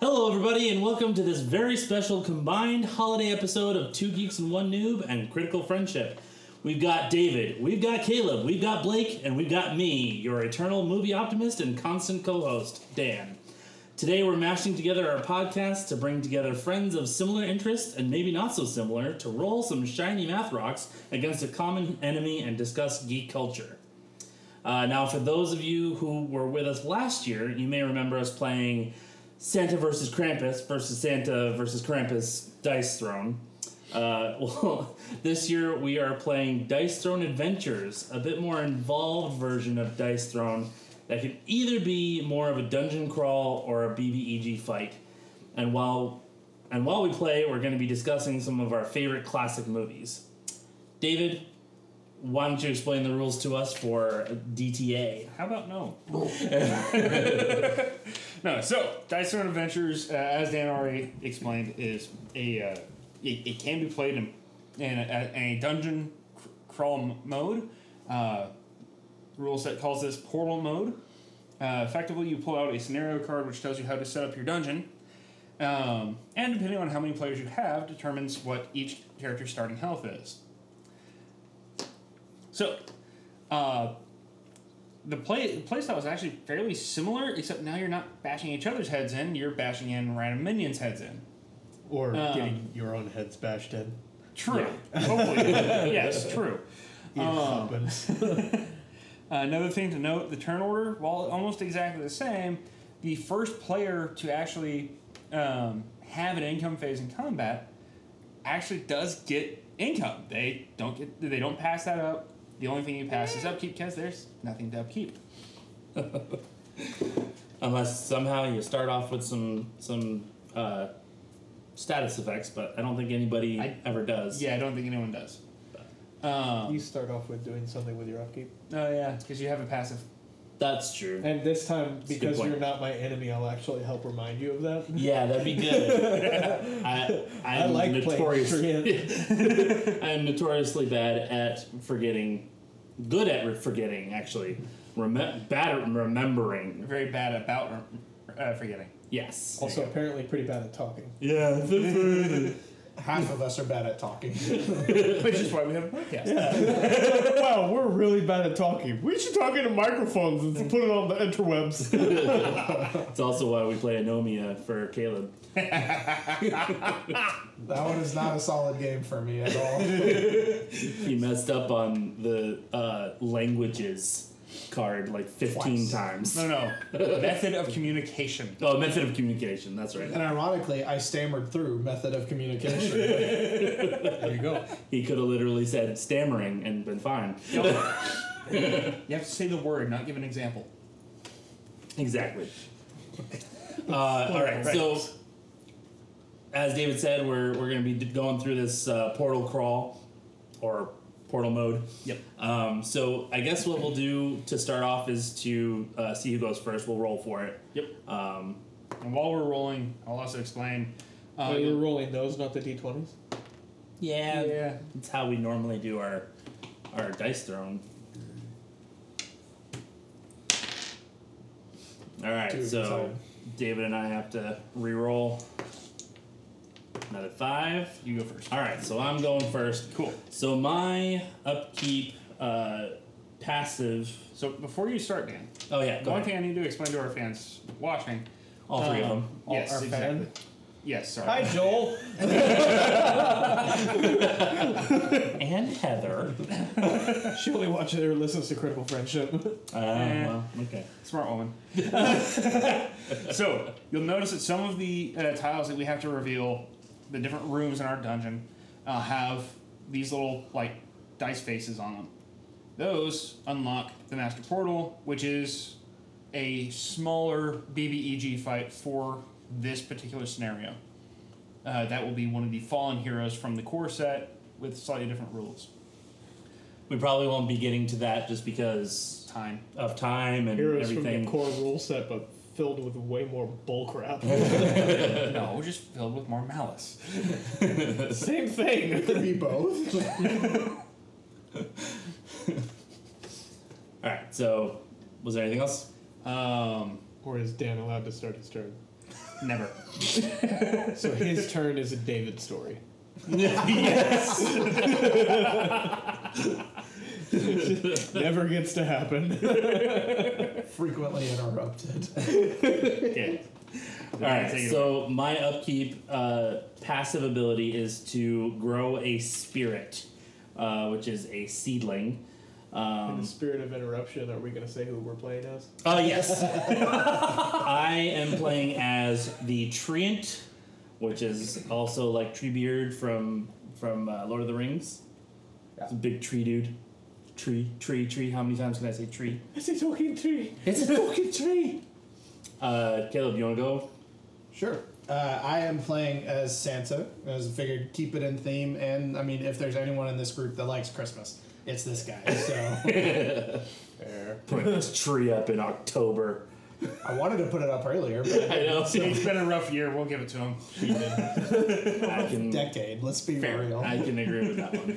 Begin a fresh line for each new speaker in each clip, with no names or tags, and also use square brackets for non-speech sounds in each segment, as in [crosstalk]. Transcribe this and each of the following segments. Hello, everybody, and welcome to this very special combined holiday episode of Two Geeks and One Noob and Critical Friendship. We've got David, we've got Caleb, we've got Blake, and we've got me, your eternal movie optimist and constant co host, Dan. Today, we're mashing together our podcast to bring together friends of similar interests and maybe not so similar to roll some shiny math rocks against a common enemy and discuss geek culture. Uh, now, for those of you who were with us last year, you may remember us playing Santa versus Krampus versus Santa versus Krampus Dice Throne. Uh, [laughs] well, this year we are playing Dice Throne Adventures, a bit more involved version of Dice Throne that can either be more of a dungeon crawl or a BBEG fight. And while and while we play, we're going to be discussing some of our favorite classic movies. David, why don't you explain the rules to us for DTA?
How about no? [laughs] no. So, Dice Throne Adventures, uh, as Dan already explained, is a uh, it, it can be played in in a, in a dungeon cr- crawl m- mode. Uh, rule set calls this portal mode. Uh, effectively, you pull out a scenario card which tells you how to set up your dungeon, um, and depending on how many players you have, determines what each character's starting health is. So, uh, the play play style is actually fairly similar, except now you're not bashing each other's heads in; you're bashing in random minions' heads in.
Or
Um,
getting your own heads bashed in.
True. [laughs] Hopefully, yes, true. Uh,
Eating
um,
hot buns.
[laughs]
another thing to note: the turn order, while almost exactly the same, the first player to actually um, have an income phase in combat actually does get income. They don't get. They don't pass that up. The only thing you pass is upkeep because there's nothing to upkeep.
Unless somehow you start off with some some uh, status effects, but I don't think anybody
I-
ever does.
Yeah, I don't think anyone does. Um,
You start off with doing something with your upkeep.
Oh yeah, because you have a passive.
That's true.
And this time,
a good
because
point.
you're not my enemy, I'll actually help remind you of
[laughs]
that.
Yeah, that'd be good.
[laughs]
I,
I
I'm
like playing
notorious.
Korean.
[laughs]
I'm notoriously bad at forgetting. Good at re- forgetting, actually. Remem- bad at remembering.
Very bad about uh, forgetting.
Yes.
Also, apparently, pretty bad at talking.
Yeah.
Half of us are bad at talking.
Which is why we have a podcast.
[laughs] wow, we're really bad at talking. We should talk into microphones and put it on the interwebs.
it's also why we play Anomia for Caleb.
[laughs] That one is not a solid game for me at
[laughs]
all.
He messed up on the uh, languages card like 15
Twice.
times.
No, no. Method of communication.
Oh, method of communication. That's right.
And ironically, I stammered through method of
[laughs]
communication.
There you go.
He could have literally said stammering and been fine.
you have to say the word, not give an example.
Exactly. Uh, all right. So, as David said, we're we're going to be d- going through this uh, portal crawl or portal mode.
Yep.
Um, so I guess what we'll do to start off is to uh, see who goes first. We'll roll for it.
Yep.
Um,
And while we're rolling, I'll also explain. Uh,
Um,
Wait, we're rolling those, not the d20s.
yeah.
yeah.
That's how we normally do our our dice thrown. All right,
Two
so
inside.
David and I have to re-roll another five.
You go first.
All right, so I'm going first.
Cool.
So my upkeep uh, passive.
So before you start, Dan,
Oh yeah, go
one
ahead.
thing I need to explain to our fans watching.
All three of
um,
them.
All
yes,
our
exactly.
fan.
Yes, sorry.
Hi, Joel.
And Heather.
she only watches or listens to Critical Friendship.
[laughs] Uh, well, okay.
Smart woman. [laughs] so you'll notice that some of the uh, tiles that we have to reveal, the different rooms in our dungeon, uh, have these little like dice faces on them. Those unlock the master portal, which is a smaller BBEG fight for this particular scenario. Uh, that will be one of the fallen heroes from the core set with slightly different rules.
We probably won't be getting to that just because
Time.
of time and
Heroes from
everything.
the core rule set, but filled with way more bullcrap.
[laughs]
No, just filled with more malice.
Same thing.
Could be both. [laughs]
All right. So, was there anything else?
Um,
Or is Dan allowed to start his turn?
Never.
[laughs]
So his turn is a David story. [laughs]
Never gets
[laughs]
to happen.
Frequently interrupted.
Yeah. All
All right, so my upkeep uh, passive ability is to grow a spirit, uh, which is a seedling.
In
Um,
the spirit of interruption, are we going to say who we're playing as?
Oh, yes. [laughs] I am playing as the Treant, which is also like Treebeard from from uh, Lord of the Rings. It's a big tree dude. Tree, tree, tree. How many times can I say tree?
It's a talking tree.
It's a fucking tree. Uh, Caleb, you want to go? [laughs]
Sure. Uh, I am playing as Santa. As I figured, keep it in theme. And I mean, if there's anyone in this group that likes Christmas, it's this guy.
[laughs]
So
Put this tree up in October.
I wanted to put it up
[laughs]
earlier, but
I know.
it's been a rough year. We'll give it to him.
I [laughs] can,
decade. Let's be real.
I can agree with that one.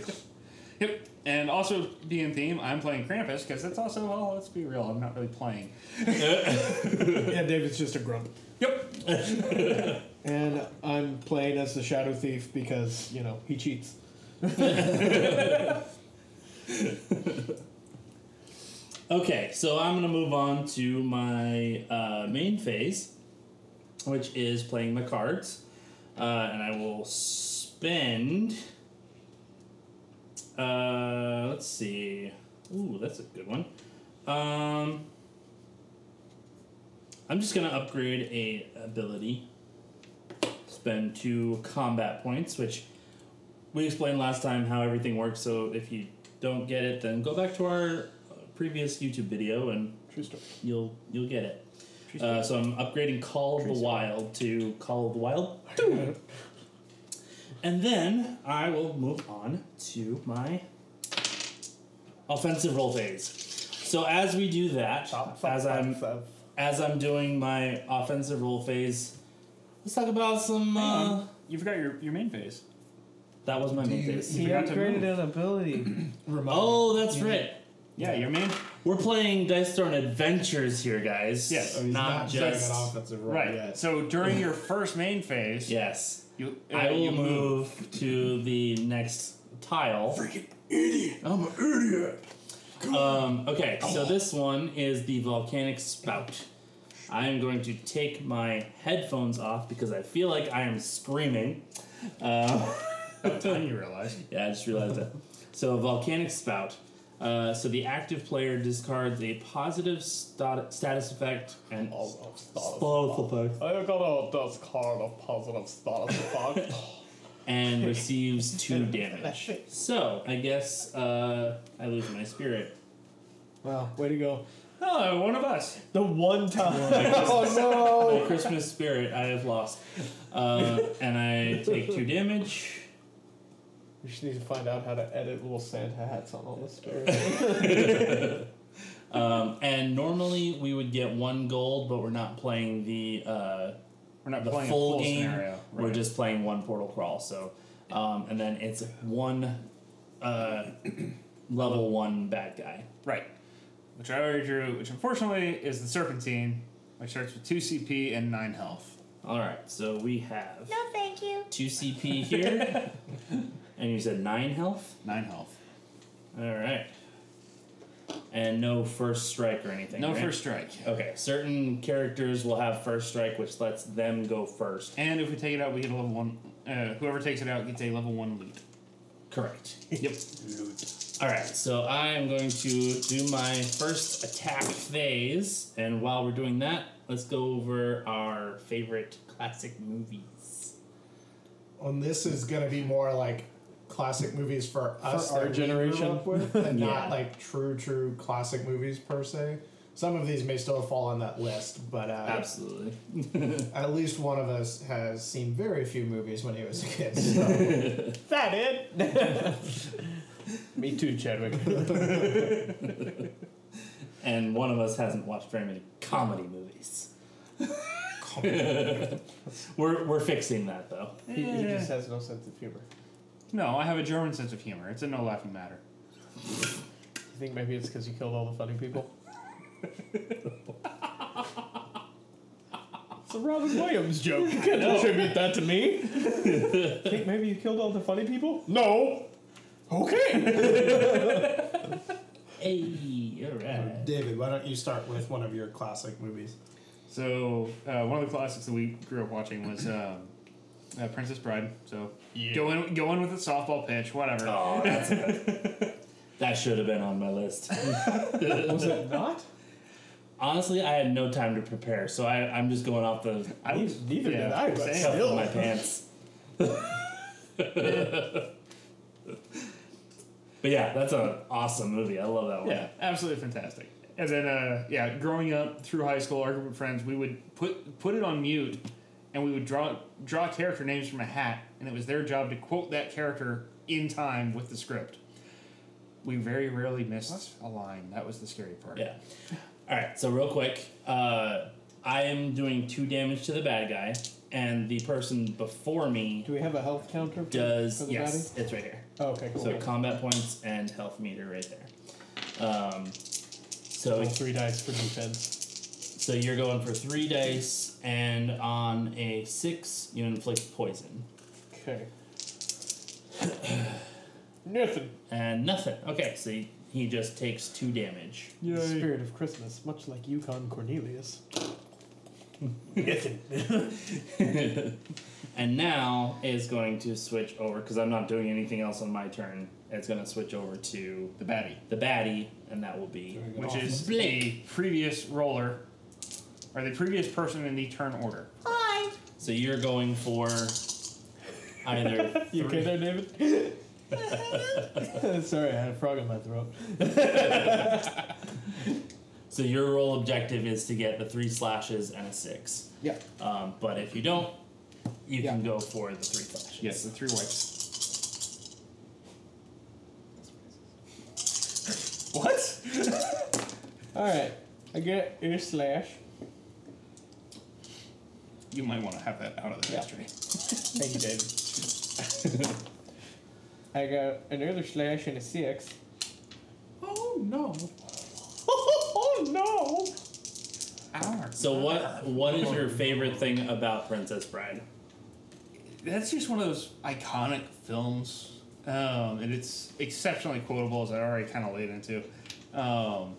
Yep. And also, being theme, I'm playing Krampus because that's also, well, let's be real, I'm not really playing.
Yeah, David's just a grump.
Yep.
And I'm playing as the Shadow Thief because, you know, he cheats.
[laughs] Okay, so I'm gonna move on to my uh, main phase, which is playing my cards, uh, and I will spend. Uh, let's see. Ooh, that's a good one. Um, I'm just gonna upgrade a ability. Spend two combat points, which we explained last time how everything works. So if you don't get it, then go back to our uh, previous YouTube video and
True story.
you'll you'll get it. Uh, so I'm upgrading Call of the Wild to Call of the Wild,
[laughs]
and then I will move on to my offensive roll phase. So as we do that, as I'm
Five.
as I'm doing my offensive roll phase, let's talk about some. Uh,
You forgot Um, your, your main phase.
that was my
Do
main
you-
phase.
He forgot to upgraded
an ability.
Remote.
Oh, that's right.
Yeah, your main.
We're playing Dice Throne Adventures here, guys.
Yes.
So he's
not,
not doing
just.
an offensive roll
Right.
yet.
So during your first main phase,
Yes.
you, uh,
I
you
will move to the next tile. Freaking idiot! I'm an idiot. Um, okay, so this one is the volcanic spout. I am going to take my headphones off because I feel like I am screaming. Uh, [laughs]
Then you realize.
yeah, I just realized that. So, volcanic spout. Uh, so the active player discards a positive stat- status effect and effect.
I got a discard of positive status
[laughs]
effect.
[laughs]
and receives two damage. So I guess uh, I lose my
[laughs]
spirit.
Wow, way to go.
Oh, one of us.
The one time.
oh
My Christmas spirit I have lost, uh, and I take two damage.
we just need to find out how to edit little Santa hats on all the spirits.
Um, and normally we would get one gold, but we're not playing the uh,
We're not
the
playing
full,
a full
game.
scenario.
We're just playing one portal crawl. So, um, and then it's one uh, [clears throat] level one bad guy.
Right. Which I already drew, which unfortunately is the Serpentine, which starts with 2 CP and 9 health.
All right, so we have
No, thank you.
two
[laughs]
CP here, and you said nine health.
9 health.
All right. And no first strike or anything.
No
right?
first strike.
Okay. Certain characters will have first strike, which lets them go first.
And if we take it out, we get a level 1. Uh, whoever takes it out gets a level 1 loot.
Correct.
Yep.
All right. So I am going to do my first attack phase, and while we're doing that, let's go over our favorite classic movies.
And this is going to be more like classic movies for us,
our
that we grew
generation.
[laughs]
up with, and
Yeah.
not like true, true classic movies per se. Some of these may still fall on that list, but uh,
Absolutely.
at least one of us has seen very few movies when he was a kid. So.
that it? [laughs] Me too, [laughs] Chadwick.
And one of us hasn't watched very many comedy movies. [laughs] we're we're fixing that though.
He, he just has no sense of humor.
No, I have a German sense of humor. It's a no laughing matter.
You think maybe it's because you [laughs] killed all the funny people?
It's a Robin Williams
[laughs]
joke. You can't attribute that to me. Think maybe you killed all the funny people? No. Okay.
Hey, all right.
David, why don't you start with one of your classic movies?
So uh, one of the classics that we grew up watching was um, uh, Princess Bride. So go in, go in with a softball pitch, whatever.
Oh,
That should have been on my list.
Was it not?
Honestly, I had no time to prepare, so I, I'm just going off the [laughs]
I was,
Neither did I, but
same.
cuff
still.
of my pants. [laughs] but yeah, that's an awesome movie. I love that one.
Yeah, absolutely fantastic. And then, uh, yeah, growing up through high school, our group of friends, we would put put it on mute, and we would draw draw character names from a hat, and it was their job to quote that character in time with the script. We very rarely missed a line. That was the scary part.
Yeah. All right. So real quick, uh, I am doing two damage to the bad guy, and the person before me
Do we have a health counter? for-
does
for the
yes, it's right here.
Baddie? Oh, okay, cool.
So combat points and health meter right there. Um, so
Roll three dice for defense.
so you're going for three dice, and on a six, you inflict poison
[clears throat] Okay. Nothing.
and nothing. Okay, so he, he just takes two
[laughs]
damage. [laughs]
The spirit of Christmas, much like Yukon Cornelius.
and now is going to switch over because I'm not doing anything else on my turn. It's going to switch over to
The baddie,
the baddie, and that will be
which is the
Blake.
previous roller, or the previous person in the turn order.
so you're going
[laughs]
for either
You okay there, David? [laughs] Sorry, I had a frog in my throat.
so your roll objective is to get the three slashes and a six.
Yeah.
Um, but if you don't, you
Yeah.
can go for the three slashes.
Yes, the three wipes. What?
Alright. I get ear slash.
You might want to have that out of the
Yeah.
history.
Thank you, David. [laughs] I got another slash and a six.
Oh no!
[laughs] oh no!
So what what is your favorite thing about Princess Bride?
That's just one of those iconic films, um, and it's exceptionally quotable, as I already kind of laid into. Um,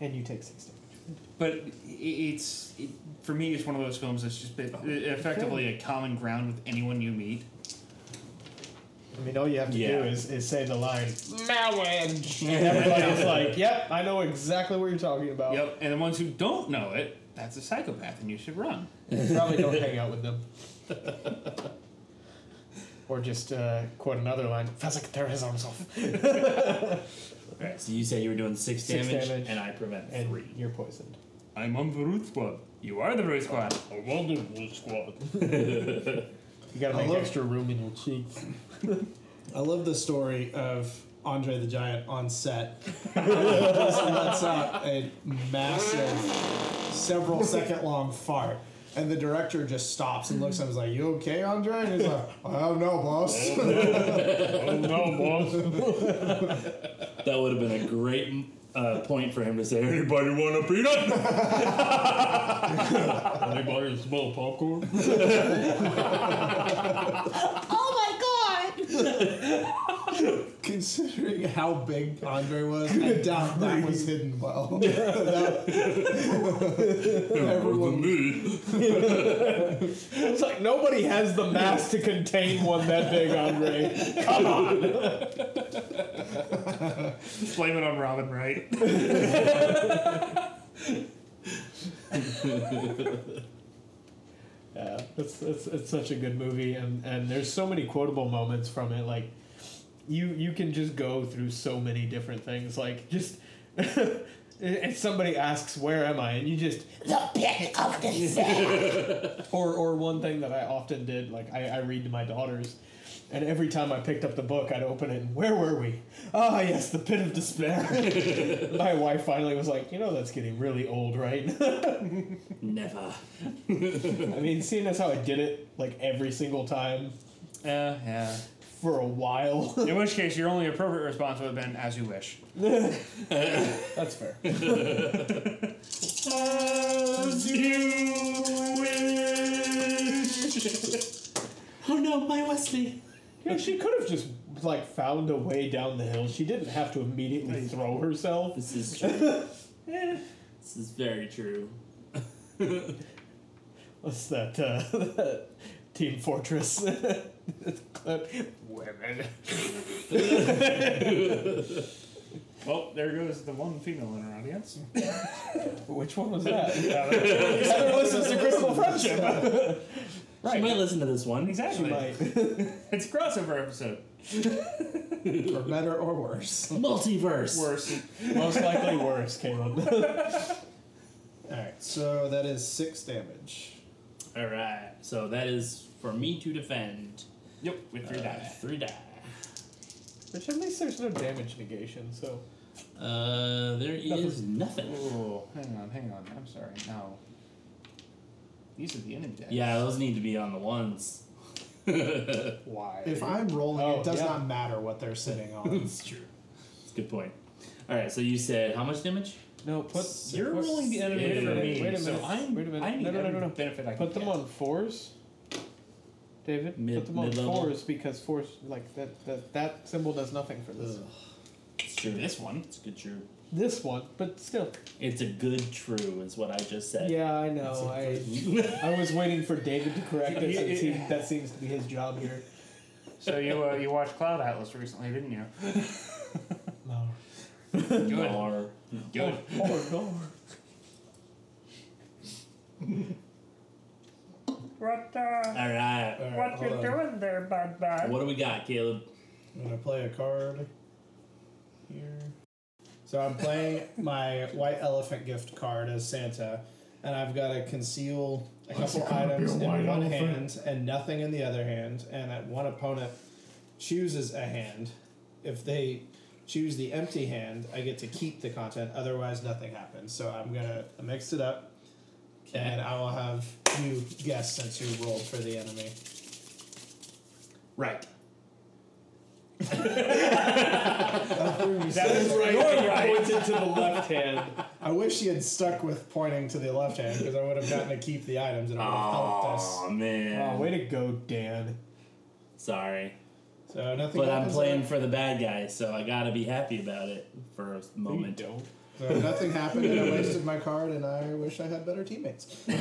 And you take six damage.
but i- it's it, for me, it's one of those films that's just been, e-, effectively a common ground with anyone you meet.
I mean, all you have to
Yeah.
do is, is say the line.
Marriage! And everybody's like, yep, I know exactly what you're talking
Oh.
about.
Yep, and the ones who don't know it, that's a psychopath, and you should run.
Probably don't hang out with them.
Or just uh, quote another line. Fezzik tear his arms off.
Alright, so you said you were doing six,
Six
damage,
damage.
and I prevent
And
three.
you're poisoned.
I'm on the root squad. You are the root squad. [laughs]
You gotta
I
make
love-
extra room in your cheeks.
I love the story of Andre the Giant on
[laughs]
set. He just lets out a massive, several second long fart. And the director just stops and looks at him and is like, You okay, Andre? And he's like, I don't know,
[laughs]
boss.
That would have been a great uh, point for him to say, "Anybody want a peanut?"
[laughs] Anybody smell popcorn?
Considering how big Andre was, I doubt that was hidden
[laughs]
well. Everyone
It's like nobody has the mass to contain one [laughs] that big, Andre.
Blame it on Robin, right?
Yeah, it's, it's, it's such a good movie, and, and there's so many quotable moments from it. Like, you you can just go through so many different things. Like, just [laughs] and somebody asks, "Where am I?" and you just the pick of the sack." [laughs] or or one thing that I often did, like I, I read to my daughters. And every time I picked up the book, I'd open it and where were we? Ah, yes, the pit of despair. [laughs] my wife finally was like, you know, that's getting really old, right? [laughs]
Never.
I mean, seeing as how I did it like every single time,
Uh, Yeah, yeah.
for a while. [laughs]
In which case, your only appropriate response would have been "as you wish."
That's fair.
As you wish.
[laughs] Oh no, my Wesley.
Yeah, she could have just like found a way down the hill. She didn't have to immediately throw herself.
This is true. this is very true.
What's that? Uh, [laughs] that Team Fortress clip. Women.
Well, there goes the one female in our audience.
Which one was [laughs] that?
Uh,
Heather listens [laughs] to Crystal [laughs] Friendship.
You might
right.
listen to this one.
She
Exactly.
[laughs] might.
It's a crossover episode.
for better or worse.
Multiverse.
Worse.
Most likely worse, Caleb.
All right, so that is six damage.
All right. So that is for me to defend.
Yep. With three
Uh,
dice.
three die.
[laughs] Which at least there's no damage negation, so.
Uh, there is nothing.
Oh, hang on, hang on. I'm sorry. No. These are the enemy dice.
Yeah, those need to be on the ones. [laughs] That's
Why?
If I'm rolling,
Oh,
it does
yeah.
not matter what they're sitting on.
true. That's a good point. All right. So you said how much damage?
no, put.
You're
put-
rolling the enemy
Wait a
for
minute,
me.
wait a minute,
So I'm,
wait a minute.
I need
No, no, no,
every
no, no.
benefit I can
Put them
get.
on fours, David.
Mid-
put them on
mid-level?
fours because fours like that, that that symbol does nothing for this
It's true.
This one.
It's a good true.
this one, but still.
It's a good true, is what I just said. [laughs]
Yeah, I know. I I was waiting for David to
[laughs]
correct it. Since he, that seems to be his job here.
So you uh, you watched Cloud Atlas recently, didn't
[laughs]
you?
No.
Good.
Nar.
Good.
Oh no.
What uh,
All right.
All right,
what you
hold on.
doing there, bud? Bud.
What do we got, Caleb?
I'm gonna play a card here. So I'm playing my white elephant gift card as Santa, and I've got to conceal a couple items in one hand and nothing in the other hand, and that one opponent chooses a hand. If they choose the empty hand, I get to keep the content. Otherwise, nothing happens. So I'm gonna mix it up, and I will have you guess since you rolled for the enemy.
Right.
That is right. You're right.
Pointed to the left hand.
I wish he had stuck with pointing to the left hand because I would have gotten to keep the items and it would have helped us.
Oh man.
Oh, way to go, Dan.
Sorry.
So nothing.
But I'm
happens
playing for the bad guy, so I gotta be happy about it for a moment. [laughs]
don't.
So nothing happened, and I wasted my card, and I wish I had better teammates.
Way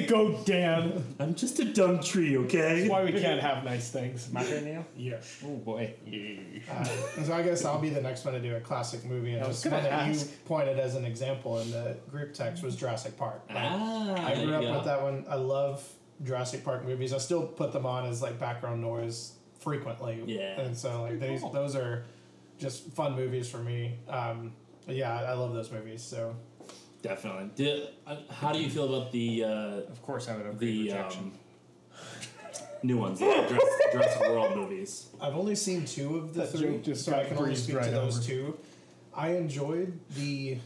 to go, Dan.
I'm just a dumb tree, okay?
That's why we can't have nice things.
My turn now.
Yeah.
Oh boy.
Uh, so I guess I'll be the next one to do a classic movie, and
I was
just one
gonna
that you
ask.
pointed as an example in the group text was Jurassic Park.
Ah,
I
there
grew up
you go.
with that one. I love Jurassic Park movies. I still put them on as like background noise frequently.
Yeah.
And so like these those are just fun movies for me. Um, yeah, I love those movies. So
Definitely. Do, uh, how do you feel about the uh,
Of course, I would have
the um,
rejection.
new ones, like Jurassic, Jurassic World movies?
I've only seen two of the
That
three,
joke just
so
got
I can only
breezed
speak
right
to those
over.
two. I enjoyed the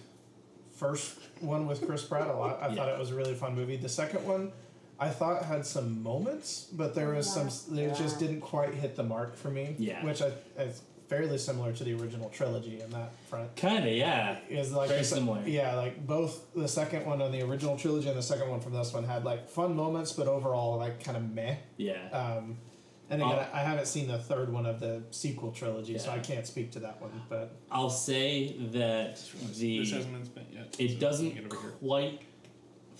first one with Chris Pratt a lot. I thought
Yeah.
it was a really fun movie. The second one, I thought had some moments, but there was some they just didn't quite hit the mark for me.
Yeah.
which I is fairly similar to the original trilogy in that front.
Kinda, yeah.
Is like
Very
the se-
similar.
Yeah, like both the second one on the original trilogy and the second one from this one had like fun moments, but overall like kind of meh.
Yeah.
Um, and again,
Uh,
I I haven't seen the third one of the sequel trilogy, so
Yeah.
I can't speak to that one. But
I'll say that the
This hasn't been spent yet. so
it
get
doesn't
over here.
quite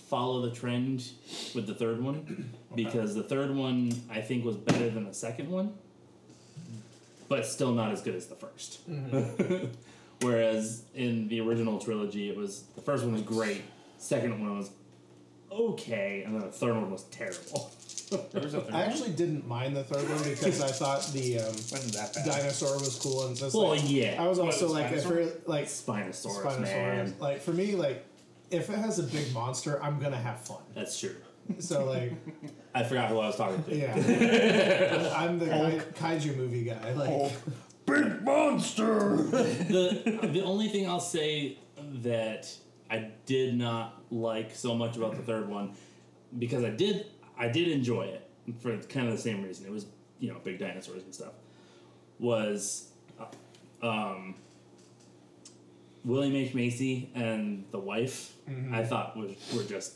follow the trend with the third one because the third one I think was better than the second one, but still not as good as the 1st [laughs] Whereas in the original trilogy, it was the first one was great, second one was okay, and then the third one was terrible.
There was a third
I
one.
actually didn't mind the third one because I thought the um,
wasn't that bad.
dinosaur was cool and
[laughs]
just.
Well,
like,
yeah,
I was also
What,
like, if
Spinosaurus?
we're like
Spinosaurus,
Spinosaurus,
man.
like for me, like if it has a big monster, I'm gonna have fun.
That's true.
So like,
I forgot who I was talking to. [laughs]
yeah, I'm the kai- kaiju movie guy. Like,
Big monster.
the the only thing I'll say that I did not like so much about the third one because I did I did enjoy it. for kind of the same reason. It was you know big dinosaurs and stuff. Was uh, um, William H Macy and the wife?
Mm-hmm.
I thought was were just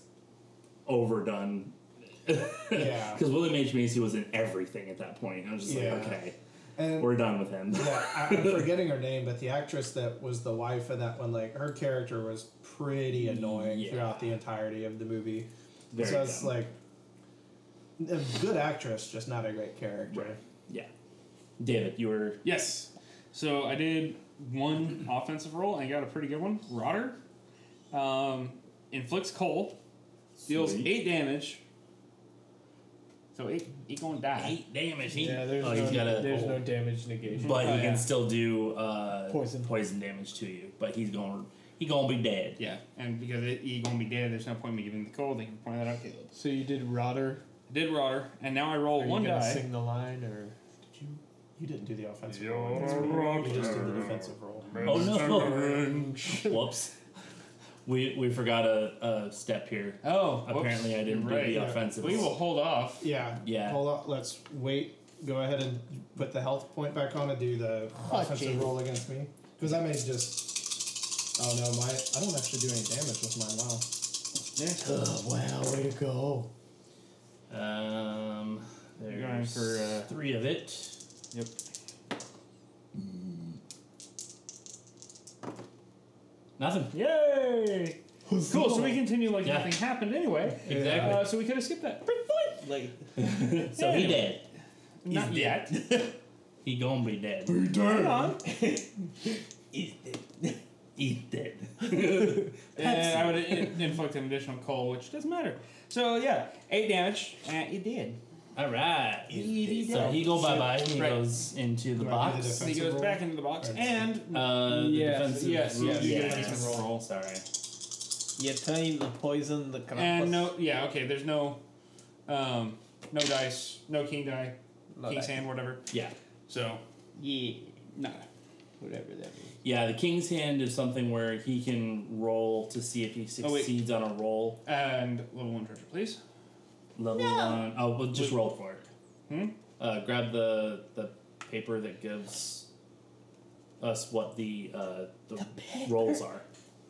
overdone. [laughs]
Yeah.
Because William H Macy was in everything at that point. I was just
Yeah.
like, okay,
And
we're done with him.
yeah, I- I'm forgetting her name, but the actress that was the wife in that one, like her character was pretty annoying
Yeah.
throughout the entirety of the movie.
Very
so it's
dumb.
like a good actress, just not a great character.
yeah. David, you were
Yes. So I did one offensive roll and got a pretty good one. Rotter um, inflicts cold, deals
Sweet.
eight damage. So eight, eight gonna die.
eight damage. He,
Yeah, there's,
oh,
no,
he's got a,
there's no damage negation.
but
Oh,
he
yeah.
can still do uh,
Poison.
damage to you. But he's going, he gonna be dead.
Yeah, and because it, he gonna be dead, there's no point in me giving the cold. They can point that out, Caleb.
So you did Rotter.
I did rotter, and now I roll
Are
one
you gonna
die.
sing the line or?
Did you you didn't do the offensive
You're
roll.
a rock
You just did the
star.
defensive roll.
Oh, no. Whoops. We, we forgot a, a step here.
Oh, whoops.
Apparently I didn't
You're
do
right.
the offensive.
We will hold off.
Yeah.
Yeah.
Hold up. Let's wait. Go ahead and put the health point back on and do the offensive
Jesus.
roll against me. Because I may just. Oh no, my I don't actually do any damage with mine. Wow.
Oh, wow, way to go.
Um,
You're going
there's
for uh,
three of it.
yep.
Nothing.
Yay! Cool. So we continue like
Yeah.
nothing happened anyway.
Exactly.
Uh, so we could have skipped that. Like
So he dead.
not
He's
yet.
[laughs] He gonna be dead.
Hold on.
[laughs] He's dead. He's dead.
And I would in- inflict an additional coal, which doesn't matter. So yeah, eight damage. Uh, it did.
[laughs] All right.
He's
So
dead.
he go bye bye. He
Right.
goes into the
Right, the
box.
defense.
And he goes
Defensive
back into the box
Right.
and
Uh,
Yes,
the defensive
yes,
roll.
yes,
yes.
defensive roll.
roll. Sorry.
You trying to poison
Uh,
the Krampus.
and no yeah okay. There's no um no dice, no king die,
No
king's
dice.
hand, whatever.
Yeah.
So
Yeah,
nada.
whatever that means.
Yeah, the king's hand is something where he can roll to see if he
Oh, wait.
succeeds on a roll.
And level one treasure, please.
Level one. Oh, well, just
Wait.
roll for it.
Hmm?
Uh, grab the the paper that gives us what the uh, the, rolls are.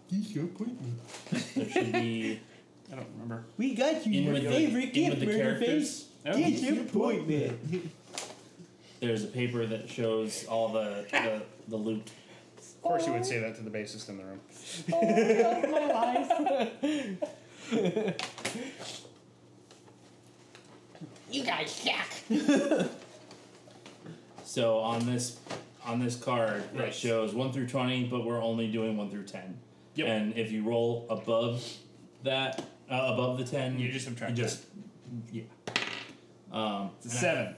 There should be
I don't remember.
We got you
in
your
with the,
favorite
in
gift,
with the
murder
characters. Oh,
face.
No?
Get your appointment.
There's a paper that shows all the the, the loot.
Of course, you would say that to the bassist in the room.
You guys suck.
So on this on this card that
Right.
shows one through twenty, but we're only doing one through ten.
Yep.
And if you roll above that, uh, above the ten,
You just subtract
You just yeah. Um, and I-
Seven.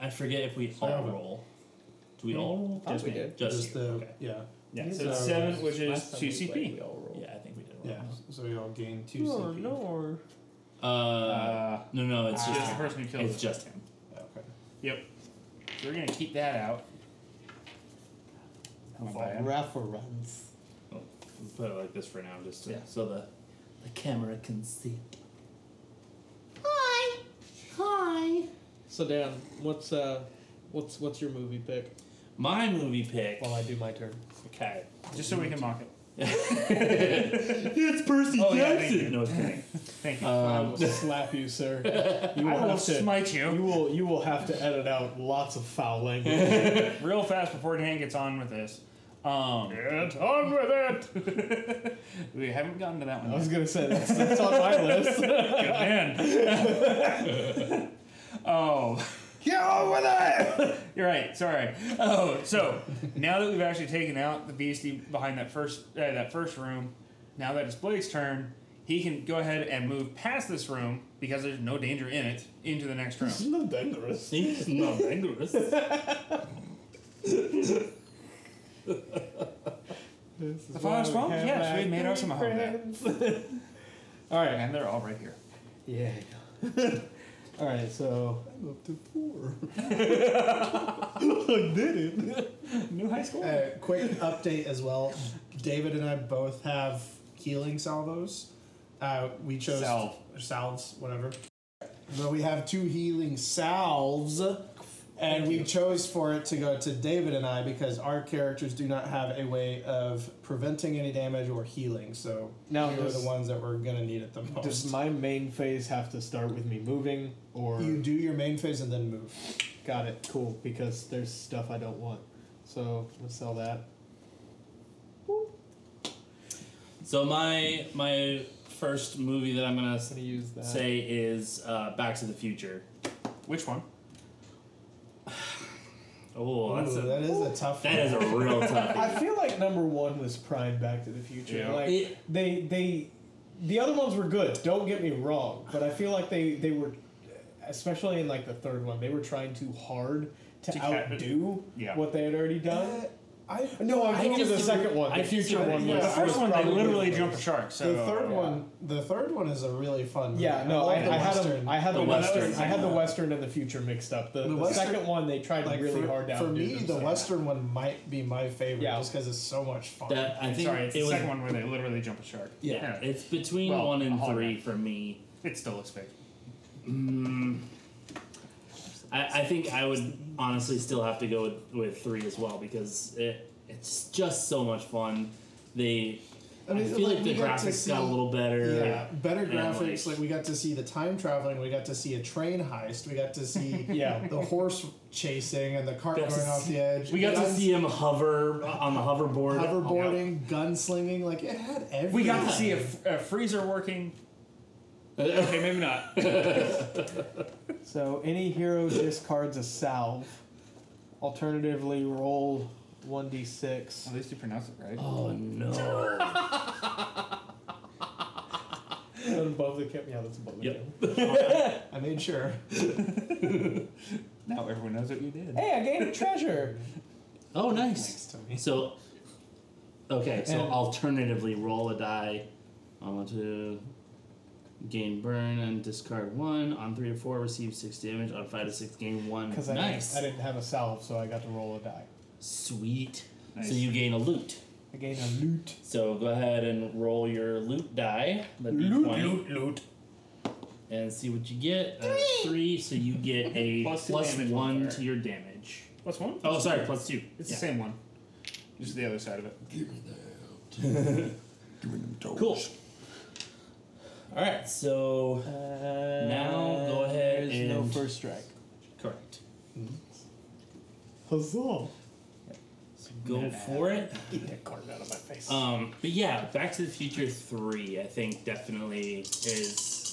I, forget if we all roll. Do we all roll?
Thought we
me.
did.
Just,
Just
you.
the
Okay.
yeah
Yeah,
These
so it's
are-
seven, which
Last
is
time
two
we played,
CP.
we all rolled.
Yeah, I think we did.
yeah. So we all gain two
Oh, No,
CP.
no.
Yeah. Uh,
Uh,
no, no, it's
it's just
just
the person who kills
it's
it.
just him.
Okay.
Yep. So we're gonna keep that out. Went by him.
Reference.
Well, we'll put it like this for now, just to,
Yeah.
so the the camera can see.
Hi. Hi.
So Dan, what's uh, what's what's your movie pick?
My movie pick.
While I do my turn.
Okay.
Just so we can mock it.
it's Percy
Oh, yeah, thank you.
No, it's kidding.
Thank you.
I
Um,
will slap you, sir. You
I
will
will
have to.
Uh, smite you
You will you will have to edit out lots of foul language.
real fast before Dan gets on with this. Um, Get on with it. [laughs] we haven't gotten to that
I
one.
was
Yet.
gonna say that's, that's on my list.
Good man. [laughs] oh.
Get on with it!
You're right. Sorry. Oh, so now that we've actually taken out the beastie behind that first uh, that first room, now that it's Blake's turn, he can go ahead and move past this room because there's no danger in it into the next room.
It's not dangerous.
It's not dangerous.
The forest wall? Yes, we made us a Mahogany. [laughs]
All right.
And they're all right here.
Yeah. [laughs] All right. So
I'm up to four. I did it.
New high school.
Uh, quick update as well. David and I both have healing salvos. Uh, we chose
Salve.
salves, whatever. But we have two healing salves, and we chose for it to go to David and I because our characters do not have a way of preventing any damage or healing. So
Now,
we are
does-
the ones that we're gonna need it the most.
Does my main phase have to start with me moving, or
you do your main phase and then move.
got it? Cool, because there's stuff I don't want. So let's sell that.
So my my first movie that I'm gonna
I'm gonna use that.
say is uh, Back to the Future.
Which one?
Oh, that's
Ooh,
a,
that is a tough.
that
one.
is a real
[laughs]
toughie.
I feel like number one was prime Back to the Future.
Yeah.
Like
It-
they they the other ones were good. Don't get me wrong, but I feel like they they were especially in like the third one they were trying too hard to,
To cap it.
outdo
Yeah.
what they had already done.
Uh, I
No, I'm
I
going to the
just-
second one.
I
The
future
third
one
was-
Yeah,
the
the
first
first
one, they
probably
literally
was-
jumped the shark. So uh,
the
Oh,
third
yeah.
one. The third one is a really fun. Movie.
Yeah, no,
love
I,
the
I had
Western.
a, I had the,
The
western,
Western.
I had the western and the future mixed up. The,
The
the
Western-
second one they tried
like
really
for,
hard to
for
outdo
me, the
themselves.
western one might be my favorite,
Yeah.
just because it's so much fun.
That I think
Sorry, it's
it
the
was.
second one where they literally jump a shark.
Yeah, it's between
Well,
one and
Hallmark.
three for me.
it still looks fake.
I, I think I would honestly still have to go with, with three as well because it it's just so much fun. They I,
mean,
feel like,
like,
the
we got to
graphics got a
see-
little better.
yeah, better
and,
graphics.
like-
Like we got to see the time traveling, we got to see a train heist, we got to see
[laughs] Yeah.
the horse chasing and the cart
Got
going
to
off
see-
the edge.
We got to
guns-
see him hover on the hoverboard.
hoverboarding, gunslinging. Like it had everything.
We got to see a, f- a freezer working. [laughs] Okay, maybe not. [laughs]
So any hero discards a salve. Alternatively, roll one d six.
At least you pronounce it right.
Oh no!
Above the cap. Yeah, that's above the
Yep.
cap.
I made sure. [laughs]
Now everyone knows what you did.
Hey, I gained a treasure.
Oh, nice. So, okay. So
And-
alternatively, roll a die. I want to gain burn and discard one. On three to four, receive six damage. On five to six, gain one.
Because I,
Nice.
didn't, I didn't have a salve, so I got to roll a die.
Sweet.
Nice.
So you gain a loot.
I gained a loot.
So go ahead and roll your loot die, the
Loot,
d20,
Loot, loot.
and see what you get. Uh, three, so you get a [laughs] plus,
Plus two
plus
damage
one
modifier.
to your damage.
Plus one?
Oh, sorry, plus two.
It's
Yeah.
the same one. Just the other side of it.
Cool. All right, so Uh, Now go ahead
There's no
and-
first strike.
correct.
Huzzah!
Go for it.
Get that card out of my face.
Um, but yeah, Back to the Future Three, I think definitely is. [laughs]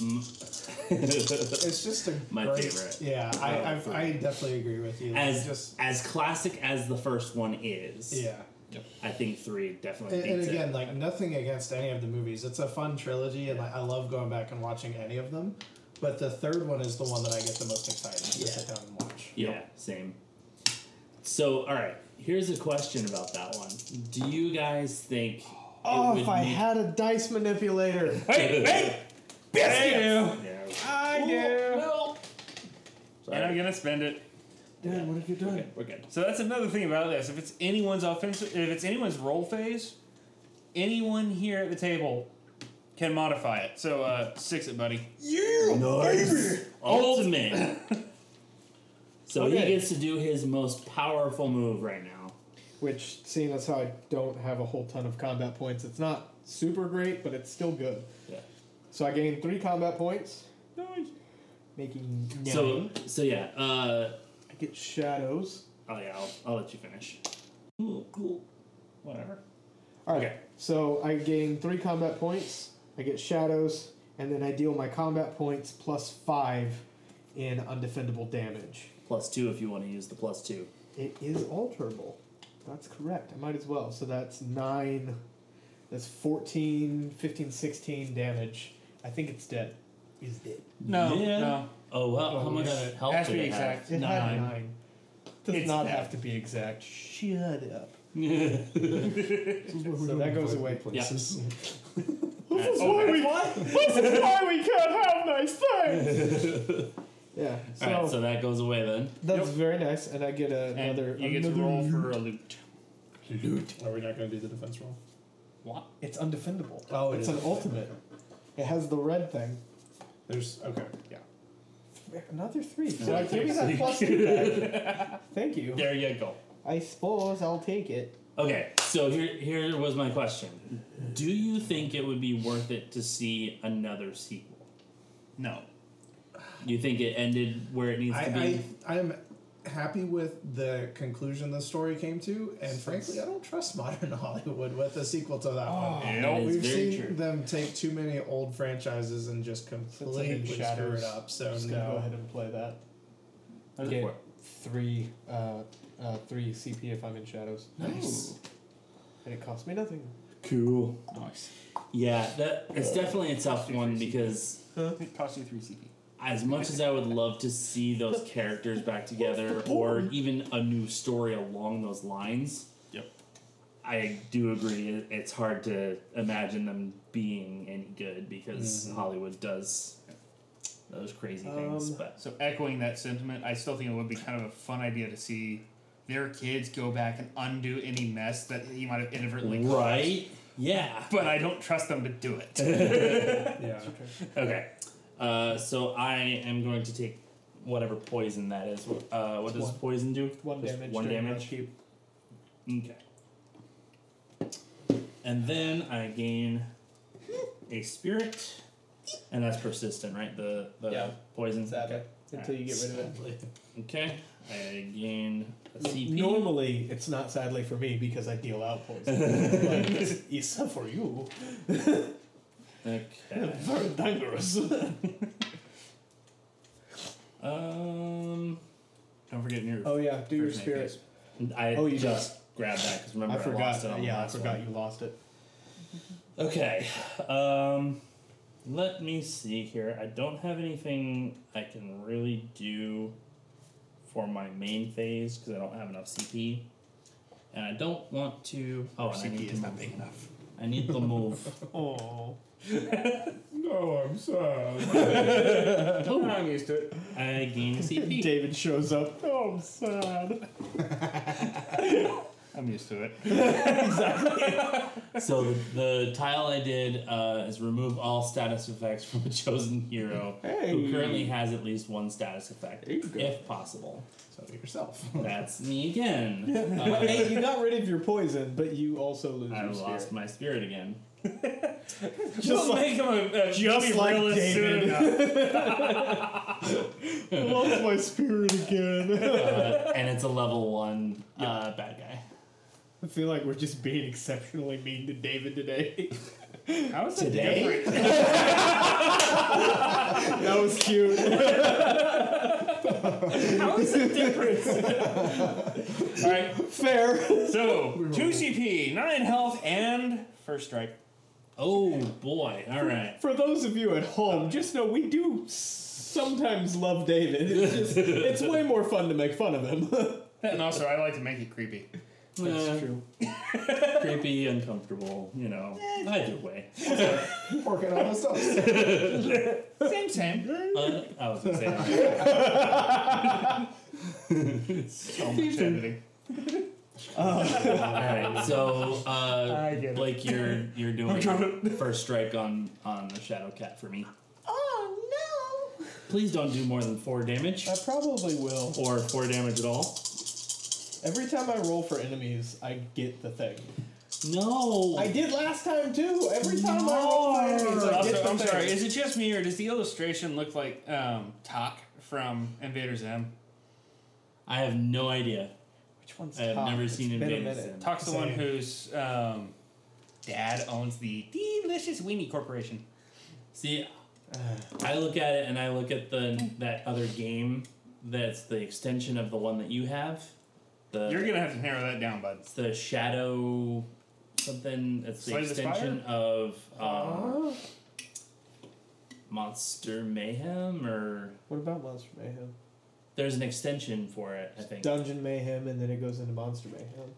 Mm.
It's just a
My
great-
favorite. Oh,
Yeah, I I've, I definitely agree with you. Like,
as
just
as classic as the first one is,
yeah.
I think three definitely
And, and
beats
again,
it.
like nothing against any of the movies. It's a fun trilogy, and like, I love going back and watching any of them. But the third one is the one that I get the most excited to
Yeah.
sit down and watch.
Yeah, same. So, all right, here's a question about that one. Do you guys think?
Oh,
it
if
would
I
need-
had a dice manipulator.
[laughs]
Hey, hey! Biscuits!
No.
I
Sorry.
And I'm gonna spend it.
Dad, what have you
We're
done?
good, We're good.
So that's another thing about this. If it's anyone's offensive, if it's anyone's role phase, anyone here at the table can modify it. So uh, six it, buddy.
Nice. [laughs] Ultimate. so
Okay.
he gets to do his most powerful move right now.
Which, seeing as how I don't have a whole ton of combat points, it's not super great, but it's still good.
Yeah.
So I gained three combat points. Making nine.
So, so yeah. Uh,
I get shadows.
oh yeah, I'll, I'll let you finish. Cool, cool. Whatever.
All right.
Okay.
So I gain three combat points. I get shadows, and then I deal my combat points plus five in undefendable damage.
Plus two if you want to use the plus two.
It is alterable. That's correct. I might as well. So that's 9, that's 14, 15, 16 damage. I think it's dead. Is dead.
No,
Yeah.
no.
Oh, how, how much
yeah.
health
Has to
did
be
it have?
exact.
It had
Nine.
9. Does
It's
not
dead.
have to be exact. Shut up.
So
that goes away.
[laughs]
places.
That's why we, this is why we can't have nice things! [laughs] yeah, so,
All right, so that goes away then.
that's very nice, and I get a,
And
another.
you get to
another
roll
loot.
for a loot.
Are we not going to do the defense roll?
What?
It's undefendable.
Oh, it
it's
is.
an ultimate. It has the red thing.
There's okay.
Yeah.
Another three. So
Another
give me
three.
that plus two back. Thank you.
There you go.
I suppose I'll take it.
Okay, so here here was my question. Do you think it would be worth it to see another sequel?
No.
You think it ended where it needs to be?
I, I I'm happy with the conclusion the story came to, and frankly, I don't trust modern [laughs] Hollywood with a sequel to that one.
That
no,
is
We've
very
seen
true.
them take too many old franchises and just completely screw
shadows.
it up. So
Just gonna go
no,
ahead and play that. I
Go
get
for it.
three, uh, uh, three CP if I'm in shadows,
Nice.
and it costs me nothing.
[laughs] Cool.
Nice.
Yeah, that it's definitely a tough one because
It cost you three CP.
as much as I would love to see those characters back together or even a new story along those lines,
Yep.
I do agree it- it's hard to imagine them being any good because Hollywood does those crazy things.
Mm-hmm. Um,
But
So echoing that sentiment, I still think it would be kind of a fun idea to see their kids go back and undo any mess that you might have inadvertently caused.
right? [laughs] Yeah.
But I don't trust them to do it.
yeah.
[laughs]
Okay. Uh, so I am going to take whatever poison that is. Uh, what does
One.
poison do?
One
Just
damage.
One
during
damage.
upkeep.
Okay. And then I gain a spirit, and that's persistent, right? The the
Yeah.
poison.
Zap
Okay.
it until you get rid of it.
Okay. I gain a CP.
Normally, it's not sadly for me because I deal
[laughs]
out poison. like, it's not for you.
Okay.
[laughs]
[laughs]
Very dangerous.
Um,
don't forget your
oh yeah, do your
First name
spirit.
is-
I
Oh, you
just grabbed that because remember
I
I,
forgot.
lost it on the
yeah, I
last
forgot
one.
you lost it.
Okay. Um, let me see here. I don't have anything I can really do for my main phase because I don't have enough CP, and I don't want to. Oh, and I need
CP
to
is
move.
not big enough.
I need to move.
[laughs]
Oh,
No, I'm sad.
I'm used to it.
I gain a
[laughs]
CP.
David shows up. Oh, I'm sad.
I'm used to it.
so the, the tile I did uh, is remove all status effects from a chosen hero who
Hey.
currently has at least one status effect,
There you go.
if possible.
so yourself.
That's me
[laughs]
again.
[laughs] hey, you got rid of your poison, but you also lose
I
your
lost
spirit.
my spirit
[laughs]
again.
Just like,
Make him a, a
just
movie
like
realist
David.
soon enough.
I lost my spirit again.
[laughs] uh, and it's a level one uh, bad guy.
I feel like we're just being exceptionally mean to David [laughs] today.
How is it
Today?
different?
that was cute.
How is it different? All right.
Fair.
So two CP, nine health, and first strike.
Oh boy! All right. [laughs]
For those of you at home, just know we do sometimes love David. It's just it's way more fun to make fun of him.
And also, I like to make it creepy.
Uh,
true.
Creepy, uncomfortable. You know, either way.
Working on stuff.
Same, same.
Uh, [laughs] I was gonna [laughs] say.
So much editing.
all right. So, uh,
I get it.
Blake, you're
[laughs]
you're doing first strike on on the shadow cat for me.
Oh no!
Please don't do more than four damage
I probably will.
or four damage at all.
Every time I roll for enemies, I get the thing.
No.
I did last time too. Every time I roll for enemies, I
I'm,
get
so-
the
I'm
thing.
sorry. Is it just me, or does the illustration look like um, Tok from Invader Zim?
I have no idea.
Which one's
I have
top?
never
It's
seen
been a
Invader
minute.
Zim.
Tok's the one whose um, dad owns the Delicious Weenie Corporation.
See, I look at it and I look at the that other game that's the extension of the one that you have. The
You're gonna have to narrow that down, bud.
it's the shadow something. It's the
Slay the
extension of
Uh-huh.
um, Monster Mayhem or
What about Monster Mayhem?
there's an extension for it. I think.
Dungeon Mayhem, and then it goes into Monster Mayhem.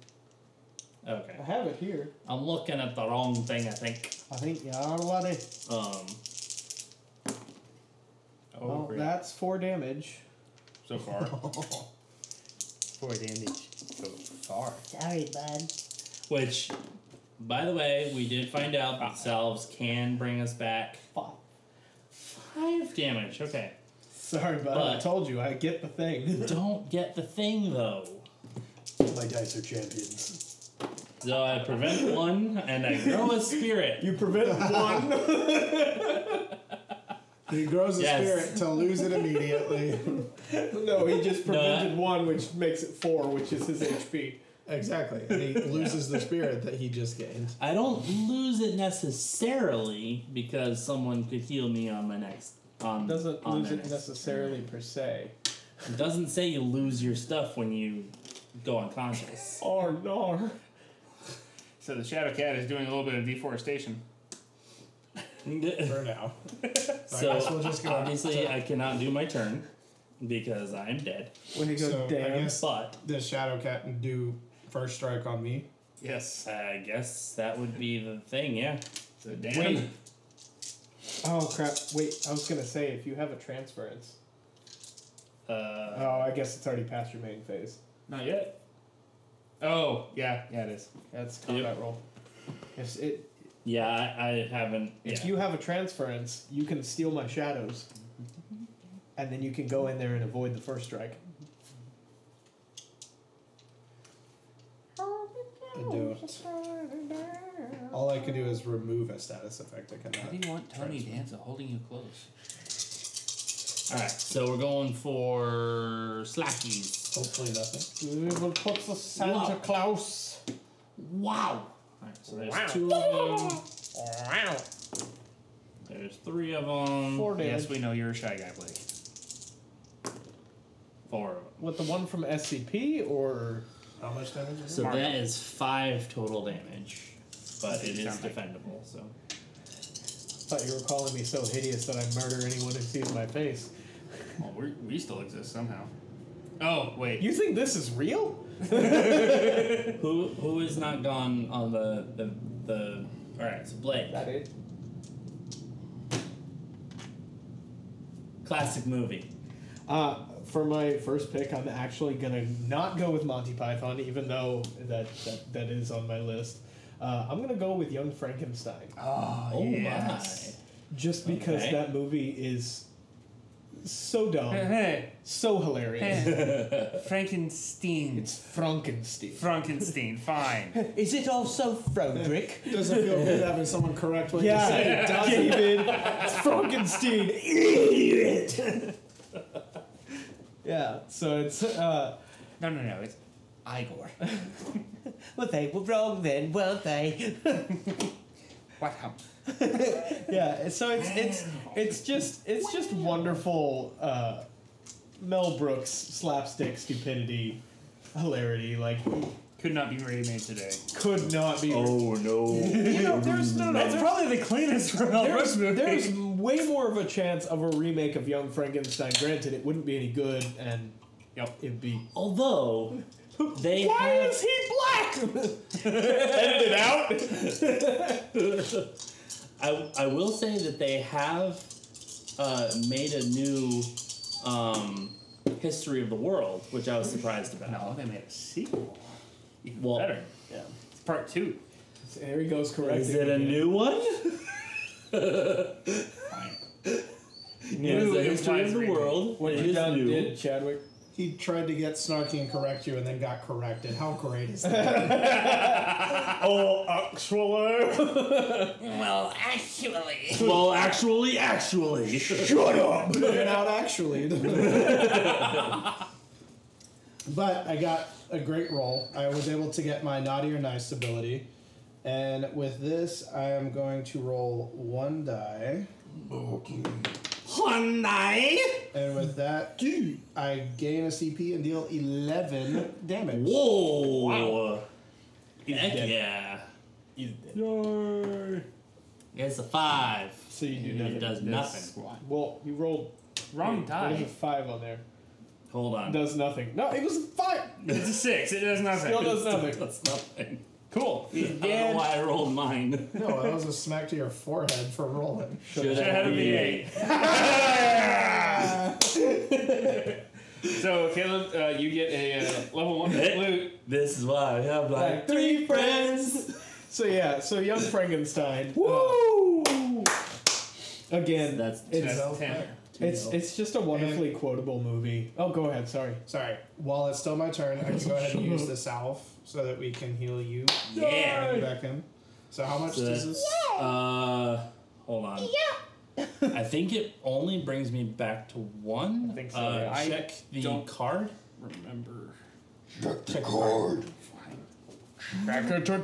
Okay,
I have it here.
I'm looking at the wrong thing. I think.
I think yeah, I want it.
Um,
Oh,
Well,
great.
that's four damage.
so far. Four damage so far.
Sorry, bud.
which, by the way, we did find out that salves can bring us back
Five.
Five
Fifth damage. Okay.
[laughs] Sorry, bud. I
But-
told you. I get
[laughs]
the thing.
Don't get the thing though.
My dice are champions.
So I [laughs] prevent one and I grow a spirit.
You prevent [laughs] one.
He grows a
Yes.
spirit to lose
[laughs]
it immediately.
no, he just
No, I-
prevented one, which makes it four, which is his HP.
exactly. And he loses the spirit that he just gained.
I don't lose it necessarily because someone could heal me on my next. On,
Doesn't
on
lose
their
it
next-
necessarily per se.
It doesn't say you lose your stuff when you go unconscious.
Or Oh, no.
So the Shadow Cat is doing a little bit of deforestation.
For now. I guess
[laughs] so
we'll just go.
obviously I cannot do my turn because I'm dead.
When he goes,
So, I
damn.
guess-
But
Does Shadow Cat can do first strike on me?
Yes.
I guess that would be the thing. Yeah.
So Dan.
Wait. Oh crap! Wait, I was gonna say if you have a transference.
Uh,
Oh, I guess it's already past your main phase.
Not yet. Oh, yeah, yeah, it is.
That's combat roll. If it,
yeah, I, I haven't. Yeah.
if you have a transference, you can steal my shadows, and then you can go in there and avoid the first strike.
I do. All I can do is remove a status effect. I
How
cannot.
do you want Tony Danza holding you close?
All right, so we're going for slackies.
Hopefully nothing.
We will put the Santa
Wow.
Claus.
Wow. All right, so there's
Wow.
two of them.
Wow.
There's three of them.
Four damage
Yes, we know you're a shy guy, Blake.
Four of them.
with the one from SCP or
How much damage is
So
it?
that is five total damage, but it is
Sound like-
defendable. So
I thought you were calling me so hideous that I murder anyone who sees my face.
Well, we're, we still exist somehow. Oh, wait.
You think this is real?
who who is not gone on the the the? All right, so Blake,
That it?
classic movie.
Uh, for my first pick, I'm actually gonna not go with Monty Python, even though that that, that is on my list. Uh, I'm gonna go with Young Frankenstein,
Oh,
Oh
just because
Okay.
that movie is so dumb,
Hey,
so hilarious. [laughs]
hey. Frankenstein.
It's Frankenstein. [laughs]
Frankenstein, fine.
Is it also Frodrick?
Does it feel good having someone correct what you
[laughs] yeah,
say?
it [laughs] does, David. It's Frankenstein, idiot. [laughs] yeah, so it's. Uh,
No, no, no, it's Igor.
well, they [laughs] were wrong then, weren't they?
What happened?
yeah so it's it's it's just it's just wonderful uh mel brooks slapstick stupidity hilarity like
Could not be ready-made today.
could not be
Oh no!
you know there's no no
That's
there-
probably the cleanest for Mel Brooks
there's,
movie.
there's way more of a chance of a remake of young frankenstein granted it wouldn't be any good and
Yep.
it'd be
Although they
why
have
is he
[laughs]
black edit it out
I, I will say that they have uh, made a new um, history of the world, which I was surprised about.
No, they made a sequel. Even
Well-
better.
yeah
It's part two.
there he goes correcting
Is it a
me.
new one? [laughs] It is a history of
implies
the
remake.
world.
what
it
you
is
done
new.
did chadwick
He tried to get snarky and correct you and then got corrected. How great is that?
oh actually
Well, actually.
[laughs] Well, actually, actually.
You're not actually. [laughs] but I got a great roll. I was able to get my naughty or nice ability. And with this, I am going to roll one die.
Hyundai.
And with that, I gain a CP and deal 11 damage.
Whoa. Heck yeah.
He's dead.
It's a five.
so you do
It
nothing
does nothing.
Well, you rolled
Wrong
There's a
tie.
five on there.
Hold on.
Does nothing. No, it was a five.
It's a six. It does nothing.
Still does nothing.
That's nothing.
Cool.
I don't know why I rolled mine.
No, that was a smack to your forehead for rolling.
Should
Should have been eight. so Caleb, uh, you get a uh, level
[laughs]
one loot.
This is why I have like
Like three friends. So yeah, so young Frankenstein. uh, Again,
That's-
it's
That's ten.
it's it's just a wonderfully quotable movie. Oh, go ahead. Sorry.
Sorry. While it's still my turn, I can go ahead and use the salve so that we can heal you
Yeah.
back in. So how much
So
does
that-
this?
Uh, hold on. I think it only brings me back to one.
I think so,
Uh,
yeah. I
Check the
don't-
card.
Remember.
Back to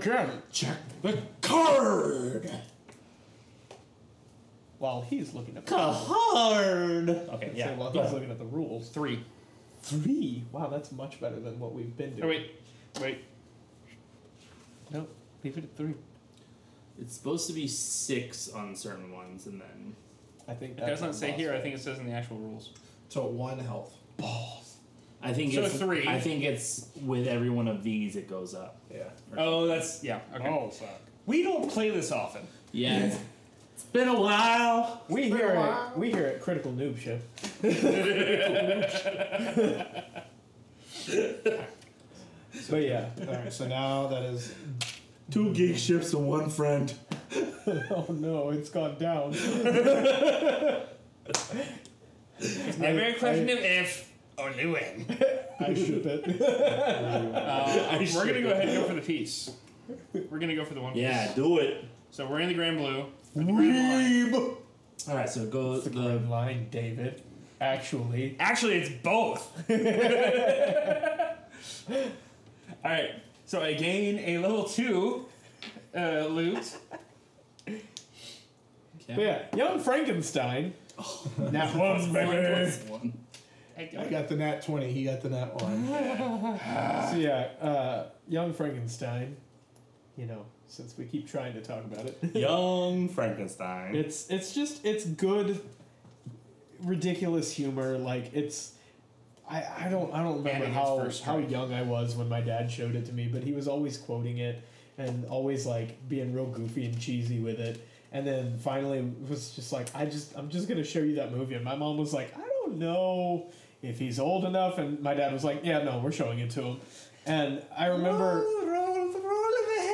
Ken.
Check the card.
While he's looking at the,
Card.
Okay,
yeah,
yeah.
while
go
he's
ahead.
looking at the rules.
Three.
Three. Wow, that's much better than what we've been doing.
Oh, wait. Wait.
No, leave it at three.
It's supposed to be six on certain ones, and then
I think
It does
that's
not say here. I think it says in the actual rules.
So one health.
I think
So
it's
three.
I think it's with every one of these it goes up.
Yeah.
Oh, that's. Yeah. Okay.
Oh,
We don't play this often.
Yeah, it's- it's been a while.
we hear it. We hear it. Critical noob [laughs] ship. but yeah. [laughs]
All right. So now that is
Two geek ships and one friend.
Oh no, it's gone down.
Never a question of if only when.
I ship [laughs] it.
Uh, we're gonna go ahead and go for the piece. We're gonna go for the one.
Yeah,
Piece.
do it.
So we're in the grand blue. or the grand line.
All right, so go the,
Red line, David. Actually,
Actually, it's both. All right. So I gain a level two uh, loot.
But yeah, young Frankenstein.
nat one.
plus one.
I got the nat twenty. He got the nat one.
So yeah, uh, young Frankenstein. You know, since we keep trying to talk about it,
Young Frankenstein.
it's it's just it's good, ridiculous humor. Like it's, I, I don't I don't remember
Manning's
how
first
how
strike.
young I was when my dad showed it to me, but he was always quoting it and always like being real goofy and cheesy with it. And then finally was just like, I just I'm just gonna show you that movie. And my mom was like, I don't know if he's old enough. And my dad was like, Yeah, no, we're showing it to him. And I remember.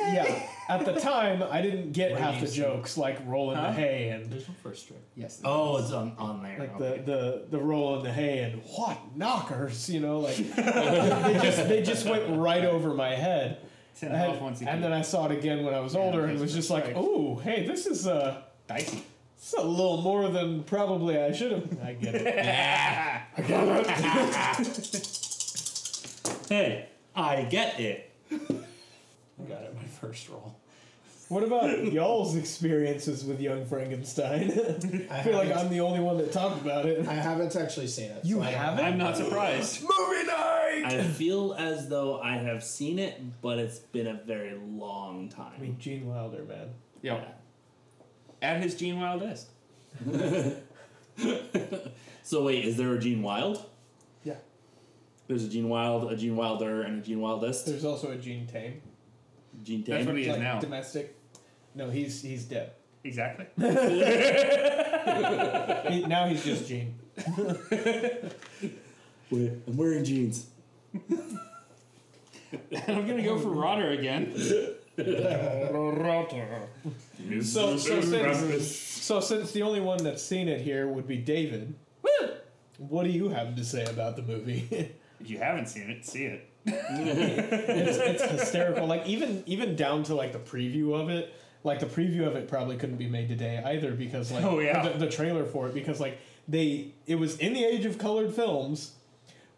Yeah, at the time I didn't get
Where do
half
you
the
see-
jokes like rolling the
Huh?
hay and
There's no first strip.
Yes.
Oh, it's on, on there.
like
okay.
the, the the roll in the hay and what knockers, you know, [laughs] like they just they just went right over my head.
Ten
And,
health once again.
and then I saw it again when I was older and
that's
was just like,
right.
"Ooh, hey, this is uh,
dicey.
this is a little more than probably I should have." I get it.
[laughs] [laughs] Hey, I get it.
I got it. My first roll.
[laughs] What about y'all's experiences with Young Frankenstein? [laughs] I feel like I'm the only one that talked about it.
I haven't actually seen it.
You
so I don't-
haven't?
I'm not surprised.
Movie night.
I feel as though I have seen it, but it's been a very long
I
time.
mean, Gene Wilder, man.
Yo. At his Gene Wildest.
So wait, is there a Gene Wild?
Yeah.
There's a Gene Wild, a Gene Wilder, and a Gene Wildest.
There's also a Gene Tame.
Gene
That's
Tame.
what he is
like
now.
Domestic. No, he's he's dead.
Exactly.
He- now he's just Gene.
Wait, I'm wearing jeans.
And [laughs] I'm gonna go for Rotter [laughs] again. [laughs]
So so since, so since the only one that's seen it here would be David, what do you have to say about the movie? [laughs]
If you haven't seen it, see it.
it's, it's hysterical. Like even even down to like the preview of it. Like the preview of it probably couldn't be made today either because like
Oh, yeah.
the, the trailer for it because like they it was in the age of colored films,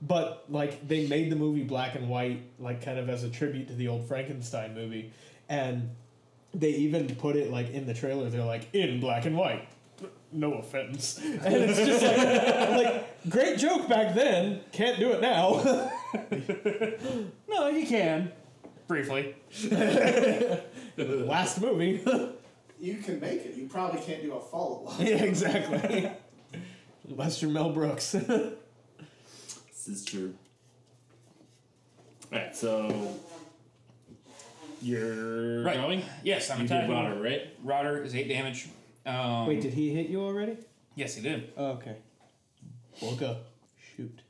but like they made the movie black and white like kind of as a tribute to the old Frankenstein movie, and they even put it like in the trailer. They're like in black and white. No offense, [laughs] and it's just like, [laughs] like great joke back then. Can't do it now. [laughs]
No, you can. Briefly.
Last [laughs] movie.
You can make it. You probably can't do a follow up.
Yeah, exactly. [laughs] Lester Mel Brooks. [laughs]
This is true. Alright, so. You're
Right.
going?
Yes, I'm
You did
attacking.
Rotter, right?
Rotter is eight damage. Um,
Wait, did he hit you already?
Yes, he did.
Oh, okay. Boca. Shoot.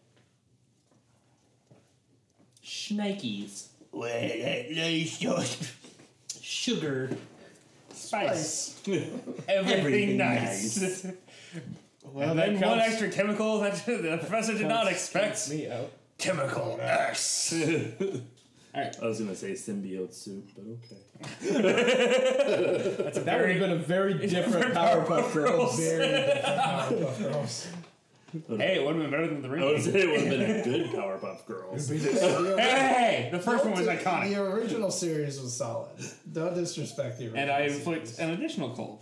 Schnikes.
Well, at least you're
Sugar.
Spice. [laughs] Everything nice.
Well,
and then
that
one
counts
extra chemical that [laughs] the professor did not expect.
me out.
[laughs] Chemical X.
I was gonna say symbiote soup, but okay.
That's a
That would
very
have been a [laughs] very different Powerpuff Girls.
[laughs] Hey, it would have been better than the
I would
ring.
say it would have been a good Powerpuff Girls.
Hey, the first one was
Don't-
iconic.
The original series was solid. Don't disrespect the original.
And I
series.
inflict an additional cold.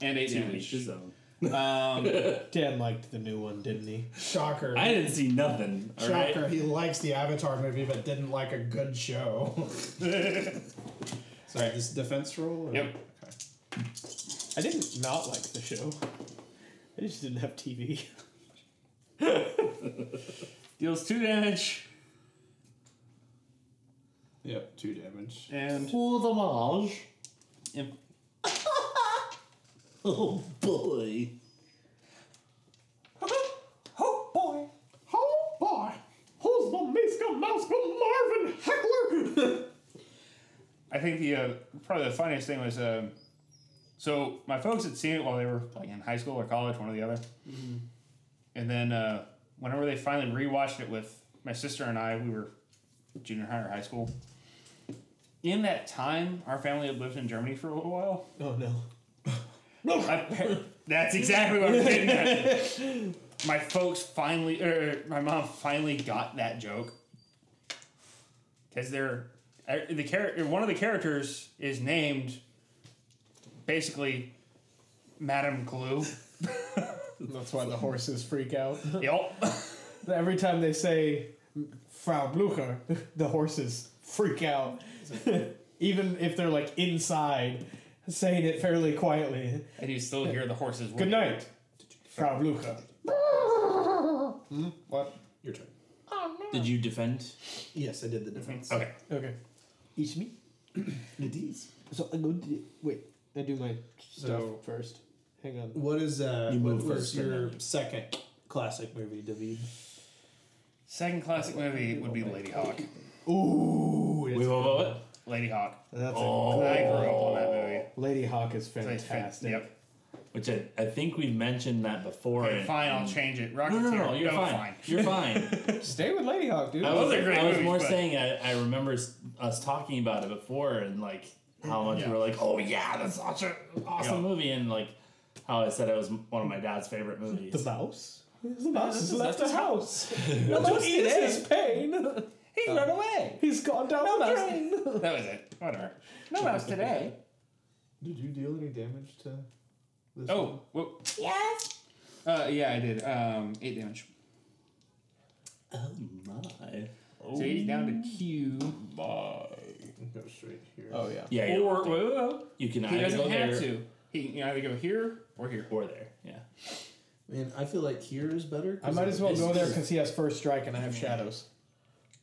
And eight
To each his
damage.
own.
Um,
Dan liked the new one, didn't he?
shocker.
I didn't see nothing. All right.
Shocker, he likes the Avatar movie but didn't like a good show.
[laughs]
Sorry, this defense roll? or-
Yep.
Okay.
I didn't not like the show. I just didn't have TV.
deals two damage.
Yep, two damage.
And
Pour the Mage.
imp-
Oh boy.
[laughs] Oh boy!
Oh boy!
Who's the Miska Marvin Heckler? [laughs]
I think the uh, probably the funniest thing was um, so my folks had seen it while they were like in high school or college, one or the other, and then uh, whenever they finally rewatched it with my sister and I, we were junior high or high school. In that time, our family had lived in Germany for a little while.
oh no. [laughs]
My par- that's exactly what I'm getting at. My folks finally, or my mom finally got that joke. Because they're, uh, the character, one of the characters is named basically Madam Glue.
That's why the horses freak out.
yep.
Every time they say Frau Blucher, [laughs] the horses freak out. [laughs] Even if they're like inside, saying it fairly quietly.
[laughs] And you still hear the horses. whinny.
Good night, Frau Blucher.
What? Your turn.
Did you defend?
Yes, I did the defense.
Okay.
Okay. It's me.
It is.
So I'm going to wait. I do my stuff
So-
first. Hang on.
What is uh,
You
what
move
was
first,
your
and then-
second classic movie, David?
Second classic movie would be Lady Hawk.
Ooh,
Wait,
it's,
what, what, what?
Lady Hawk.
that's
I
Oh.
grew up on that movie.
a, Lady Hawk is
It's like,
fantastic.
Yep.
Which I, I think we've mentioned that before.
Okay,
and-
fine, I'll change it. Rocketeer.
No, no, no, you're
Oh,
fine. You're fine.
Stay with Lady Hawk, dude.
I
Those
was,
are great
I was
movies,
more
but-
saying I, I remember s- us talking about it before and like how much we were like, oh yeah, that's such an awesome
Yeah.
movie, and like how I said it was one of my dad's favorite
the
movies.
mouse. The mouse has left the house. [laughs]
No,
What is his [laughs] pain?
He ran away.
He's gone down the
mouse.
drain.
That was it. Whatever.
No mouse today.
Did you deal any damage to this?
Oh, well,
Yes.
uh, yeah, I did. Um, eight damage.
Oh my.
So he's down to Q.
Go straight here.
Oh yeah.
Yeah, you,
Or whoa, whoa, whoa.
you can
he
either
doesn't
go
have
there
to. He can either go here or here.
or there. Yeah.
Man, I feel like here is better.
I
'cause
might
of
as well
this-
go there because he has first strike and I have shadows,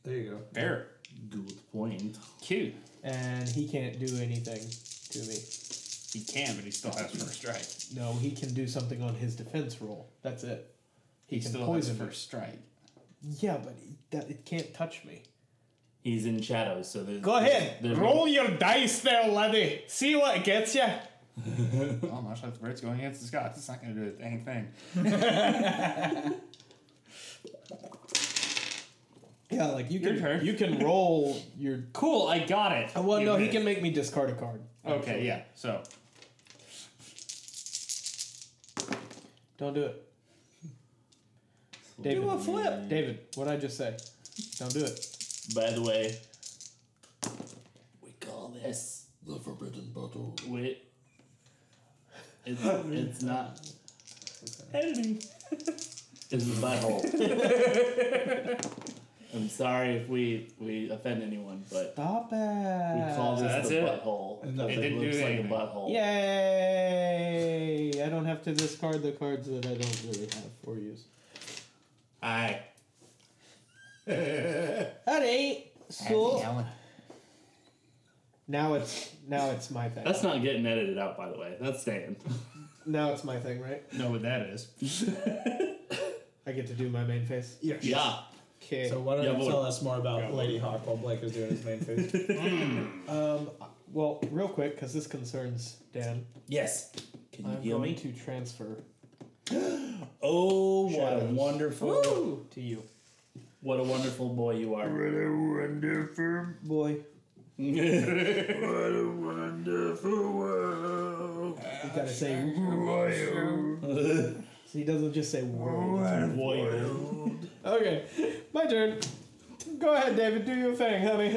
There you go.
There.
Good point.
Q.
and he can't do anything to me.
He can, but he still has first strike.
No, he can do something on his defense roll. That's it.
He,
can
still
poison
has
me.
first strike.
Yeah, but he- that it can't touch me.
He's in shadows, so there's.
Go ahead.
There's,
Roll your dice there, laddie. See what gets you.
Oh, much like the Brits going against the Scots, it's not going to do a dang thing.
Yeah, like you
Your
can
turn.
you can roll your.
Cool, I got it.
Uh, Well,
You
no, he
did
can
it.
make me discard a card.
Okay, yeah. So
Don't do it. David.
Do a
flip. David, what I just say? Don't do it.
By the way, we call this the forbidden bottle. Wait. It's, it's not.
editing.
It's the
[laughs]
butthole. I'm sorry if we we offend anyone, but
Stop it.
we call this
That's
the
it.
butthole.
And
because
it
it
didn't do
looks like a
anything.
butthole.
Yay! I don't have to discard the cards that I don't really have or use.
Hi.
[laughs]
That ain't
Happy Helen.
Now it's now it's my thing.
That's not getting edited out, by the way. That's staying.
now it's my thing, right?
Know what that is.
I get to do my main face.
Yeah.
[laughs] yeah.
Okay.
So why don't
Yeah,
you
but- [laughs]
tell us more about Lady Hawk while Blake is doing his main food?
um, Well, real quick, because this concerns Dan.
Yes. Can you
I'm
heal
going
me?
to transfer
Oh, what a
Shadows.
wonderful,
to you.
what a wonderful boy you are.
Boy. You gotta say So he doesn't just say world.
Okay, my turn. Go ahead, David. Do your thing, honey.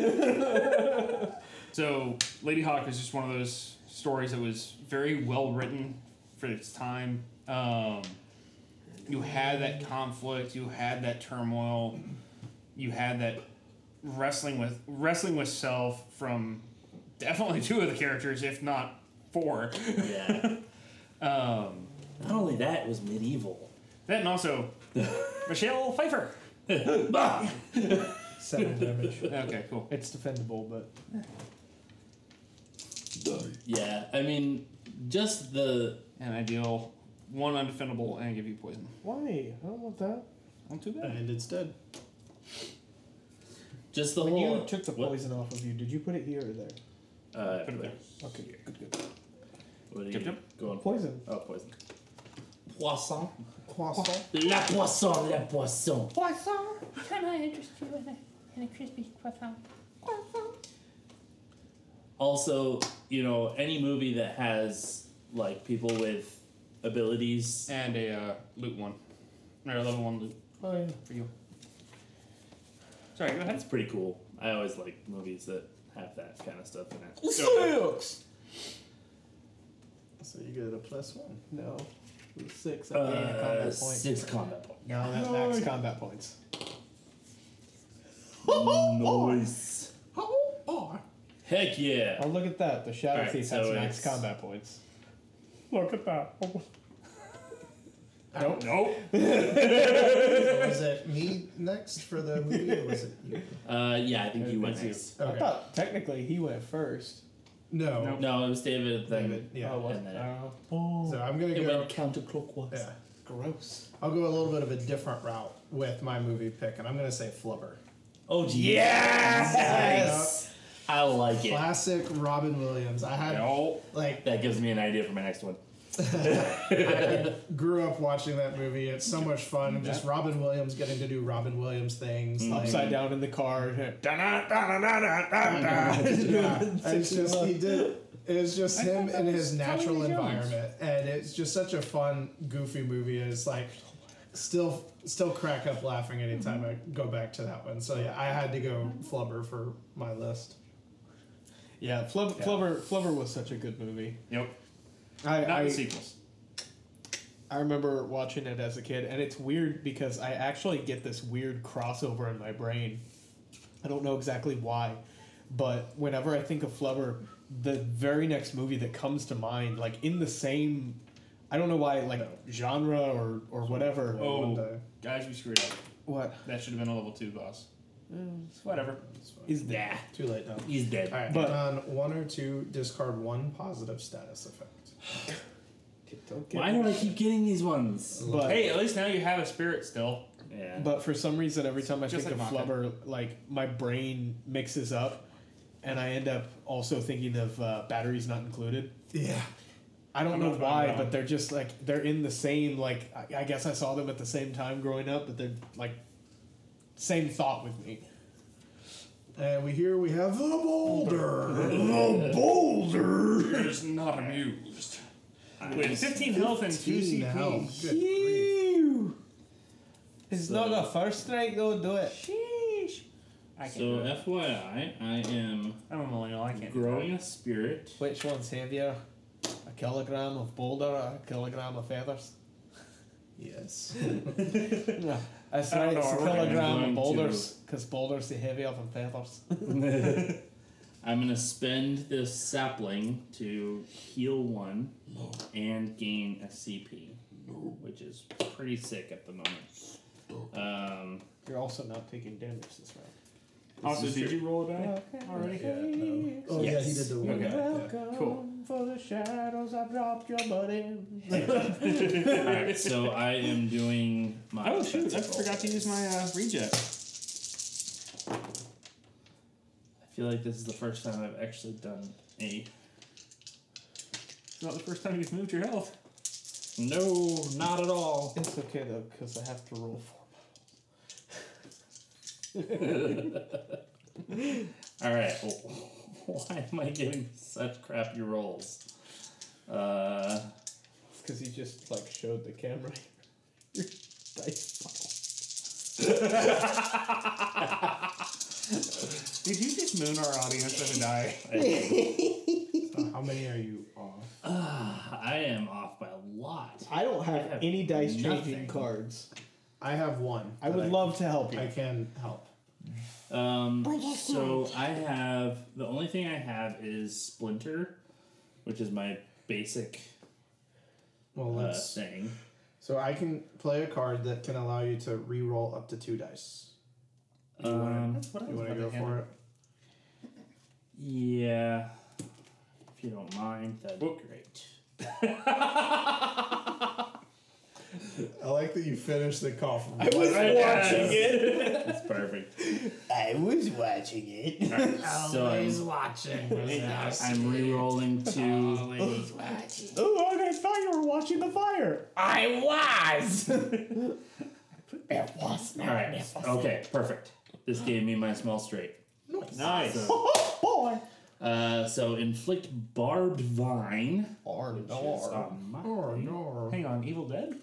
So, Lady Hawk is just one of those stories that was very well written for its time. Um, you had that conflict, you had that turmoil, you had that wrestling with wrestling with self from definitely two of the characters, if not four.
yeah.
[laughs] Um,
Not only that, it was
[laughs]
medieval.
that and also Michelle Pfeiffer.
Bah!
Seven damage.
Okay, cool.
It's defendable, but
Yeah, I mean, just the
And I deal one undefendable and give you poison.
why? I don't want that.
Not too bad.
And it's dead.
just the
When
whole.
you took the
what-
poison off of you, did you put it here or there?
Uh,
Put it there.
Okay, good, good.
What are you
Yep, yep.
going for?
Poison.
Oh, poison. Poisson.
Croissant.
La poisson, la poisson.
Poisson, can I interest you in a, in a crispy poisson? Poisson.
Also, you know, any movie that has like people with abilities.
And a uh, loot one. Or level one loot
Oh yeah.
for you. Sorry, go ahead.
That's pretty cool. I always like movies that have that kind of stuff in it.
Six.
So you get a plus [laughs] one.
No. It was Six. I gained a
Uh,
combat point.
six combat
[laughs]
points.
Now that max combat points.
Nice.
Oh, or
Heck yeah.
Oh, look at that. The Shadow
Alright,
Thief
so
has max
it's-
combat points. Look at that.
Nope. Nope.
was it [laughs] me next for the movie, or was it [laughs] you?
Uh, yeah, I think you went
It's you.
next.
I thought technically he went first.
No.
Nope.
No, it was David. Then
David, yeah.
Oh, was
And then-
I don't know. Oh,
So I'm gonna
it
go.
went counterclockwise.
Yeah,
gross.
I'll go a little bit of a different route with my movie pick, and I'm gonna say Flubber.
Oh yes! I like it.
Classic Robin Williams. I had
No.
like
That gives me an idea for my next one.
grew up watching that movie. It's so much fun. Just Robin Williams getting to do Robin Williams things. Like,
Upside down in the car.
yeah, it's just he did. It's just him in his natural
Tommy Lee Jones.
environment, and it's just such a fun, goofy movie. It's like still still crack up laughing anytime I go back to that one. So yeah, I had to go Flubber for my list.
Yeah, Flub- Flubber, Flubber was such a good movie.
Nope.
I,
Not
I,
the sequels.
I remember watching it as a kid, and it's weird because I actually get this weird crossover in my brain. I don't know exactly why, but whenever I think of Flubber, the very next movie that comes to mind, like in the same, I don't know why, like genre or or whatever.
one
Oh,
day.
guys, we screwed up.
What
That should have been a level two boss. Whatever.
is that?
Too late now.
He's dead.
All right,
But-
on one or two, discard one positive status effect.
Don't get
Why do I keep getting these ones?
But,
Hey, at least now you have a spirit still.
Yeah.
but for some reason, every time I
Just
think
like
of
Maka.
Flubber, like my brain mixes up, and I end up also thinking of uh, batteries not included.
Yeah.
I don't
I'm
know
not- I'm
why,
wrong.
but they're just like they're in the same like I, I guess I saw them at the same time growing up, but they're like same thought with me.
And we here we have the boulder.
The boulder is not amused. With 15 health and 2
Teen
CP.
now. Good grief.
It's
not a
first strike though, do it.
Sheesh. I can't
so
do it.
FYI, I am
I'm a millennial. I can't
growing
do it.
a spirit.
Which one's heavier? A kilogram of boulder or a kilogram of feathers?
Yes.
That's
I don't
right,
know,
it's a
I reckon I'm
kilogram
going
of
to-
boulders, because boulders are heavier than feathers.
I'm gonna spend this sapling to heal one and gain a CP, which is pretty sick at the moment. Um,
You're also not taking damage this round.
Also,
is
did
true.
you roll it out already?
Oh, Yeah, no. Oh yeah, he did the one.
Okay.
Yeah.
Cool.
for the shadows I've dropped your money.
Alright, so I am doing my.
Oh shoot! I
defensive roll.
forgot to use my uh, reject.
feel like this is the first time I've actually done a.
It's not the first time you've moved your health.
No, not at all.
It's okay though, because I have to roll for.
All right. [laughs] Why am I getting such crappy rolls? Uh,
It's because he just like showed the camera [laughs] your dice pile.
Did you just moon our audience with a die?
How many are you on?
I am off by a lot.
I don't have,
have
any dice
nothing.
changing cards.
I have one.
I would
that
love to help you.
I can help.
Um, so I have the only thing I have is Splinter, which is my basic
Well,
uh,
let's.
thing.
So I can play a card that can allow you to re-roll up to two dice.
Um,
That's what I
You
was
want to
about
go
to
for
hand.
it?
yeah, if you don't mind, that'd be great.
I like that you finished the call from I
[laughs] watching it. That's perfect. [laughs]
I was watching it.
So I'm, [laughs] I'm re-rolling to.
oh, I thought you were watching the fire.
All right. Okay. Perfect. This gave me my small straight.
Nice.
So,
Oh boy.
uh, so inflict barbed vine.
Or
It's on my thing.
Hang on, Evil Dead?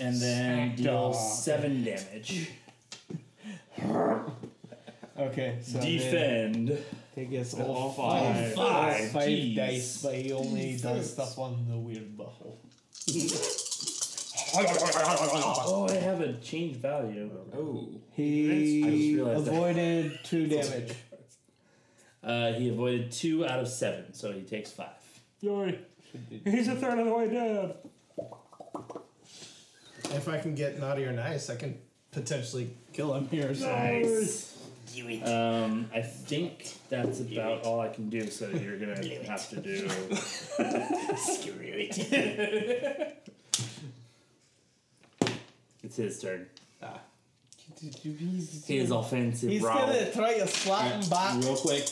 and then deal seven damage.
Okay, so then
Defend.
He gets
All
all
five.
Five,
five, five
jeez.
dice, but he only does stuff on the weird bubble.
Oh, I have a change value.
Oh. I
just
He
realized that.
avoided two damage.
Uh, he avoided two out of seven, so he takes five.
Jory. He's a third of the way down.
If I can get naughty or nice, I can potentially kill him here. So.
Um, I think that's about all I can do. So you're gonna have to [laughs] do. [laughs] [laughs] It's his turn.
He's,
He is offensive.
he's
round.
gonna try to slap him back.
Real quick,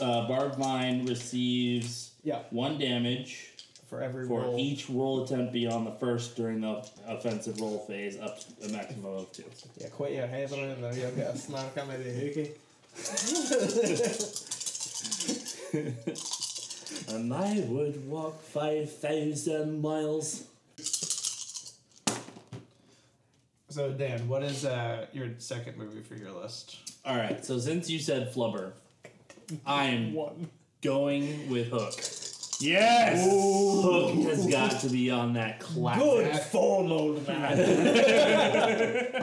uh, Barb Vine receives
Yeah,
one damage.
for every
for
roll.
each roll attempt beyond the first during the offensive roll phase up to a maximum of two.
Yeah, quit your hands on it, and you'll get a snark on it, okay?
And I would walk 5,000 miles.
So Dan, what is uh, your second movie for your list?
All right, so since you said flubber, I am
One.
going with Hook.
[laughs] Yes!
Hook has got to be on that classic.
Good form, old man.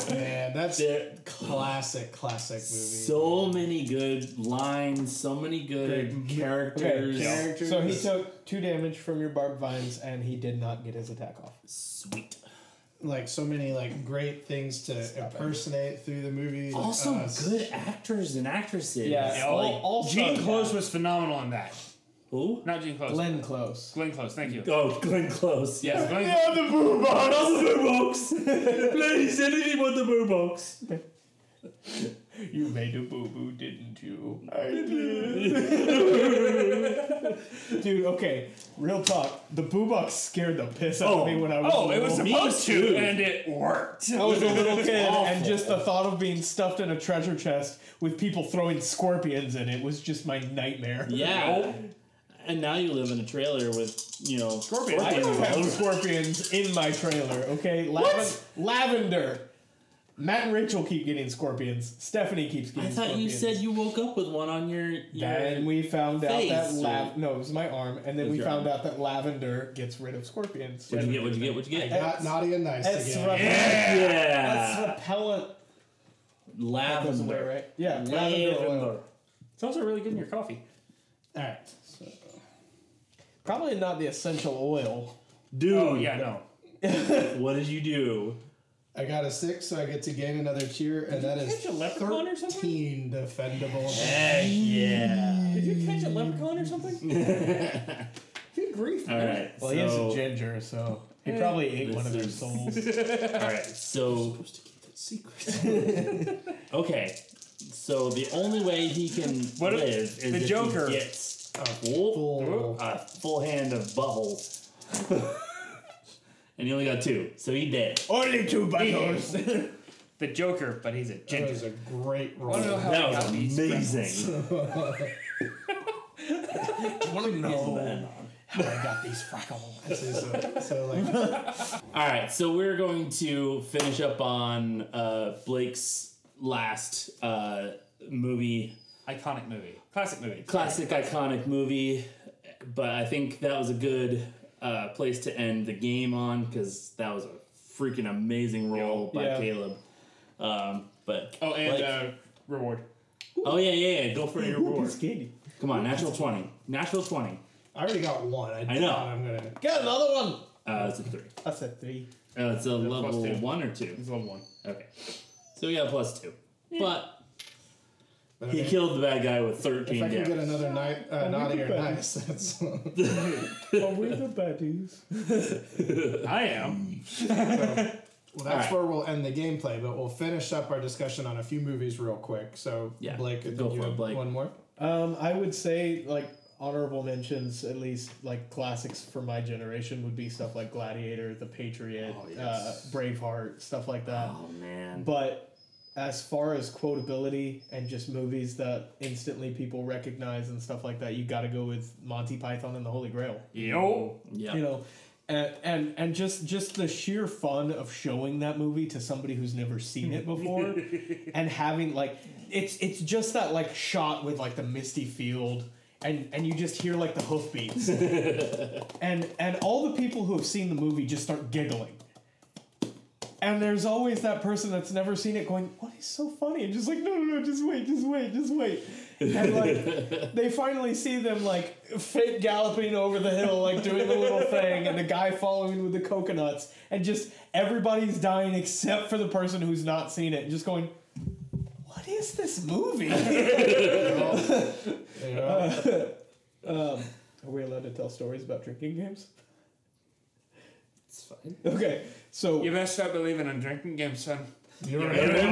Man, that's
There-
classic, classic movie.
So many good lines, so many good characters.
Characters.
so he took two damage from your barb vines, and he did not get his attack off.
Sweet.
like so many like great things to impersonate through the movie. like,
Also,
uh,
good actors and actresses.
Yeah.
Yeah, all-
Like, also
Gene
that.
Close was phenomenal in that.
Who?
Not Gene Close.
Glenn Close.
Glenn Close, thank you.
Oh, Glenn Close.
Yes, Glenn
the boo box. the boo box. Ladies, anything but the boo box.
You made a boo boo, didn't you? [laughs] Dude, okay, real talk. The boo box scared the piss out
Oh.
of me when I was.
Oh, it
little.
was
Me
supposed
too.
to, and it worked.
I was a little kid, [laughs] and
awful.
just the thought of being stuffed in a treasure chest with people throwing scorpions in it was just my nightmare.
Yeah. And now you live in a trailer with, you know,
Scorpions.
[laughs] I
scorpions
don't
all
have
over-
scorpions in my trailer, okay? Laven- Lavender. Matt and Rachel keep getting scorpions. Stephanie keeps
I
getting
thought you said
scorpions.
you woke up with one on your. your
Then we found out
face,
that
or-
lav- no, it was my arm, and then
was
we
your
found
arm.
out that lavender gets rid of scorpions.
What'd you get? What'd you get? What'd you get?
Not naughty and nice
That's
again.
right. That's
Yeah.
repellent. That goes away,
Lavender.
right? Yeah, lavender oil.
Lavender.
It's also really good in your coffee.
All right.
Probably not the essential oil.
Dude,
Oh, yeah, no.
what did you do?
I got a six, so I get to gain another cheer, and that is
catch a leprechaun or something?
thirteen defendable.
Heck yeah.
Did you catch a leprechaun or something? Good grief,
All
man.
right.
Well,
so,
he is a ginger, so he probably ate one of their
is- [laughs]
souls.
All right. So
Secret.
[laughs] Okay, So the only way he can
What if
live is
the
if
Joker-
he gets a full,
full-
a full hand of buttholes. [laughs] and he only got two, so he dead.
Only two buttholes.
The Joker, but he's a
That
ginger.
was a great
I don't know
roll.
how
That
he
was
got these freckles.
amazing.
want to
Man.
how I got these freckles?
so, so like,
All right, so we're going to finish up on uh, Blake's last uh, movie,
Iconic movie, classic movie.
classic iconic movie, but I think that was a good uh, place to end the game on because that was a freaking amazing roll by
Yeah.
Caleb. Um, but
Oh, and
Blake-
uh, reward.
oh yeah, yeah, yeah, go for your reward.
candy.
Come on, natural twenty, natural twenty.
I already got one. I, doubt
know.
I'm gonna.
Get another one.
Uh, it's a three.
I said three.
Uh, it's a level
two.
one or two.
He's level one.
Okay, so we got a plus two, but.
But I
He
mean,
killed the bad guy with
if
13
I can
damage.
get another night, uh, naughty or
better.
nice, [laughs] that's
Are we the baddies?
I am.
[laughs]
Well,
All
that's
right.
where we'll end the gameplay, but we'll finish up our discussion on a few movies real quick. So,
Yeah,
Blake,
go
did you
for it,
have
Blake.
one more?
Um, I would say like honorable mentions, at least like classics for my generation would be stuff like Gladiator, The Patriot, uh, Braveheart, stuff like that.
Oh man.
But as far as quotability and just movies that instantly people recognize and stuff like that, you got to go with Monty Python and the Holy Grail.
Yo.
yeah.
You know, and, and and just just the sheer fun of showing that movie to somebody who's never seen it before, and having like it's it's just that like shot with like the misty field. And, and you just hear like the hoofbeats, and and all the people who have seen the movie just start giggling, and there's always that person that's never seen it going, "What is so funny?" And just like, "No, no, no, just wait, just wait, just wait." And like, they finally see them like fit galloping over the hill, like doing the little thing, and the guy following with the coconuts, and just everybody's dying except for the person who's not seen it, and just going, "What is this movie?" [laughs]
Yeah.
um, are we allowed to tell stories about drinking games?
It's fine.
Okay, so
You best start believing in drinking games, son.
You're
You're
right.
in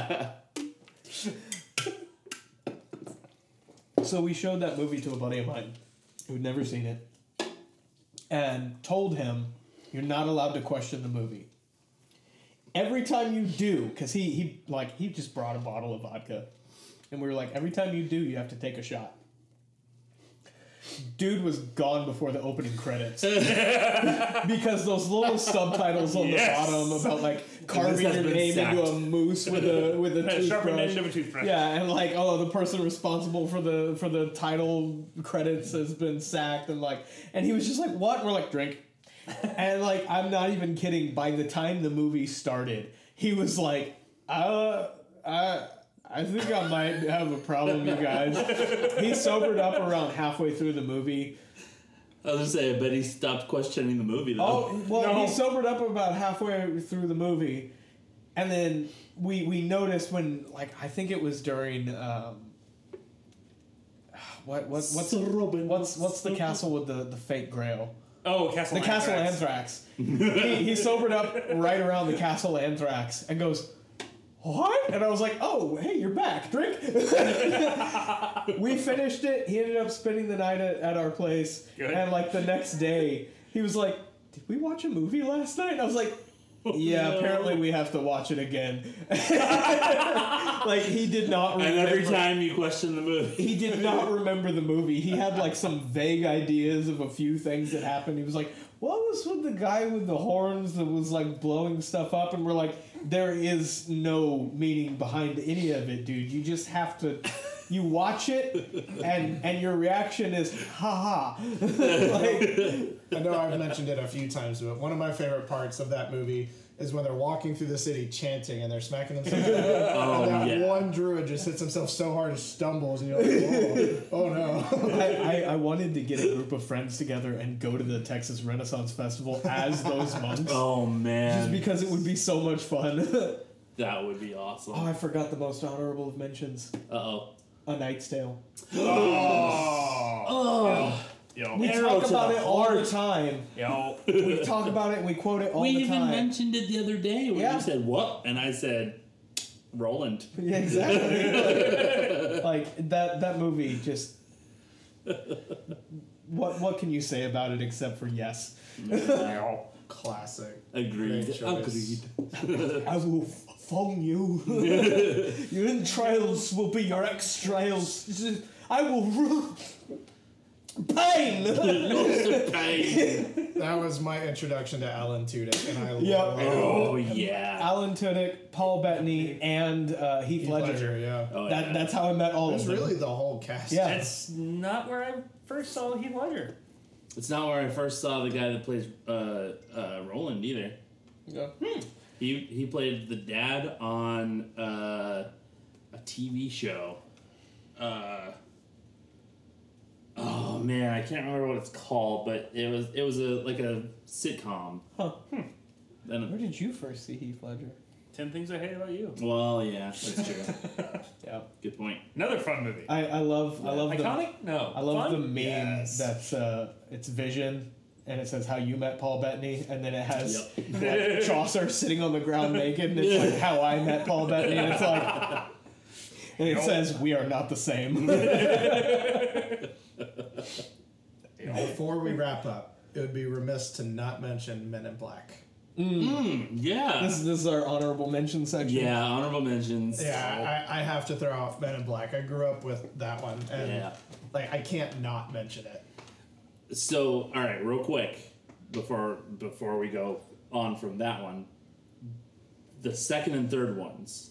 one.
[laughs] So we showed that movie to a buddy of mine who'd never seen it and told him, You're not allowed to question the movie. Every time you do, because he, he like he just brought a bottle of vodka. And we were like, every time you do, you have to take a shot. Dude was gone before the opening credits. because those little subtitles on
Yes.
the bottom about like carving
has
your
been
name into
sacked.
a moose with a
[laughs]
with a
A sharpened
toothbrush.
end of a toothbrush.
Yeah, and like, oh, the person responsible for the for the title credits has been sacked, and like, and he was just like, "What?" We're like, "Drink," and like, I'm not even kidding. By the time the movie started, he was like, "Uh, I, I think I might have a problem, you guys."
[laughs]
he sobered up around halfway through the movie.
I was gonna say, I bet he stopped questioning the movie though.
Oh well,
No.
he sobered up about halfway through the movie, and then we we noticed when like I think it was during um, what what what's
Sir Robin.
what's what's the castle with the the fake Grail?
Oh, Castle.
The Castle Anthrax. he, he sobered up right around the Castle Anthrax and goes. What? And I was like, "Oh, hey, you're back. Drink." [laughs] we finished it. He ended up spending the night at, at our place,
Good.
and like the next day, he was like, "Did we watch a movie last night?" And I was like, "Yeah, apparently we have to watch it again." [laughs] like he did not.
and
Remember
every time you question the [laughs] movie,
he did not remember the movie. He had like some vague ideas of a few things that happened. He was like, "What was with the guy with the horns that was like blowing stuff up?" And we're like, "There is no meaning behind any of it, dude. You just have to." You watch it, and and your reaction is "ha ha." [laughs] like,
I know I've mentioned it a few times, but one of my favorite parts of that movie is when they're walking through the city chanting and they're smacking themselves. in the
[laughs]
head.
Oh,
and that
yeah.
one druid just hits himself so hard and stumbles, and you're like, oh, oh no. [laughs]
I, I, I wanted to get a group of friends together and go to the Texas Renaissance Festival as those monks,
oh
just
man,
because it would be so much fun. [laughs]
that would be
Oh,
awesome.
I forgot the most honorable of mentions.
Uh oh.
A Knight's Tale.
Oh,
Yo.
We
Arrow
talk
to
about
the
it all the time.
Yo.
We talk about it and we quote it all
we
the
even
time.
mentioned it the other day. Where
Yeah.
you said what, and I said Roland.
[laughs] Yeah, exactly. like that that movie just what what can you say about it except for yes?
Classic.
Agreed.
Great choice.
Agreed.
I will f- phone you. your entrails will be your extrails. I will rule pain. [laughs]
Pain.
That was my introduction to Alan Tudyk, and I
Yep.
love
oh yeah.
Alan Tudyk, Paul Bettany, and uh, Heath,
Heath
Ledger.
Ledger, yeah.
Oh,
That,
yeah.
that's how I met all
That's
of them.
really the whole cast.
Yeah.
That's not where I first saw Heath Ledger.
It's not where I first saw the guy that plays uh, uh, Roland either.
Yeah.
Hmm.
He he played the dad on uh, a TV show. Uh, oh man, I can't remember what it's called, but it was it was a like a sitcom.
Huh.
Hmm.
Then-
Where did you first see Heath Ledger?
Ten Things I Hate About You.
well, yeah, that's
[laughs]
true.
Yeah.
Good point.
Another fun movie.
I, I love I love the
Iconic? No.
I love the
fun?
meme
Yes.
that's uh, it's Vision, and it says how you met Paul Bettany, and then it has [laughs]
Yep.
like, Chaucer sitting on the ground naked, and it's like how I met Paul Bettany, and it's like, and it says we are not the [laughs] same.
Before we wrap up, it would be remiss to not mention Men in Black.
Yeah.
this, this is our honorable mention section.
Yeah, honorable mentions.
Yeah, I, I have to throw out Men in Black. I grew up with that one, and
Yeah.
like I can't not mention it.
So, all right, real quick before before we go on from that one, the second and third ones.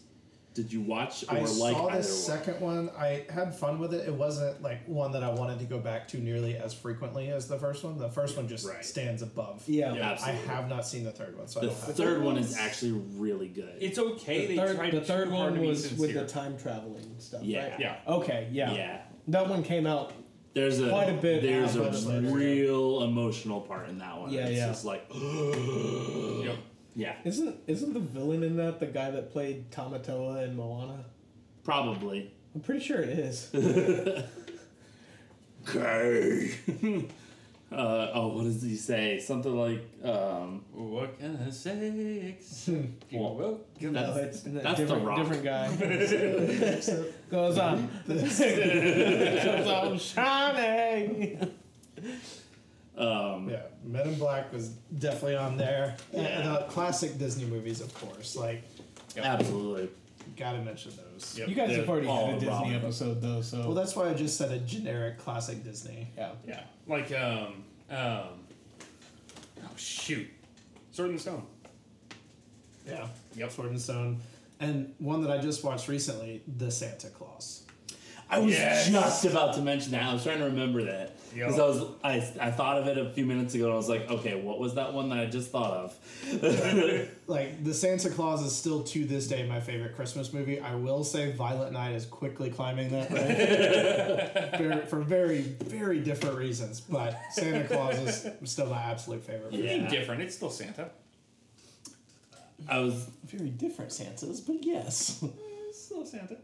Did you watch or
I
like
saw
either one?
the second one. I had fun with it. It wasn't like one that I wanted to go back to nearly as frequently as the first one. The first one just
Right.
stands above.
Yeah.
Yeah,
I
absolutely.
have not seen the third one, so I
The
don't have.
third one is actually really good.
It's okay.
The
they
third,
tried
the third
too hard
one
to be
was with
sincere.
the time traveling stuff.
Yeah.
Right?
Yeah.
Okay. Yeah.
yeah.
That one came out.
There's a
Quite a bit
There's a
happens later, yeah.
real emotional part in that one.
Yeah,
it's
yeah.
just like [gasps]
Yep.
yeah,
Isn't isn't the villain in that the guy that played Tamatoa in Moana?
probably.
I'm pretty sure it
[laughs]
is.
Okay. [laughs] uh, oh, what does he say? Something like um,
What can I say [laughs] except you're
Well,
welcome?
that's-
no, it's n-
that's The
different,
Rock.
different guy.
[laughs]
Goes on. [laughs] Goes on shining.
um,
Yeah, Men in Black was definitely on there. And, uh, classic Disney movies, of course. Like,
absolutely.
gotta mention those.
Yep.
You guys
They're
have already had
all
a Disney
wrong.
episode though, so
Well, that's why I just said a generic classic Disney.
yeah.
Yeah. Like um um. Oh shoot. Sword in the Stone.
Yeah.
Yep.
Sword and Stone. And one that I just watched recently, The Santa Claus.
I was
Yes.
just about to mention that. I was trying to remember that
Yo.
because I was I, I thought of it a few minutes ago and I was like, okay, what was that one that I just thought of?
Like, The Santa Claus is still to this day my favorite Christmas movie. I will say Violet Night is quickly climbing that rank Ver- for very, very different reasons. But Santa Claus is still my absolute favorite.
Yeah.
Ain't different. It's still Santa.
I was
Very different Santas, but yes.
It's still Santa.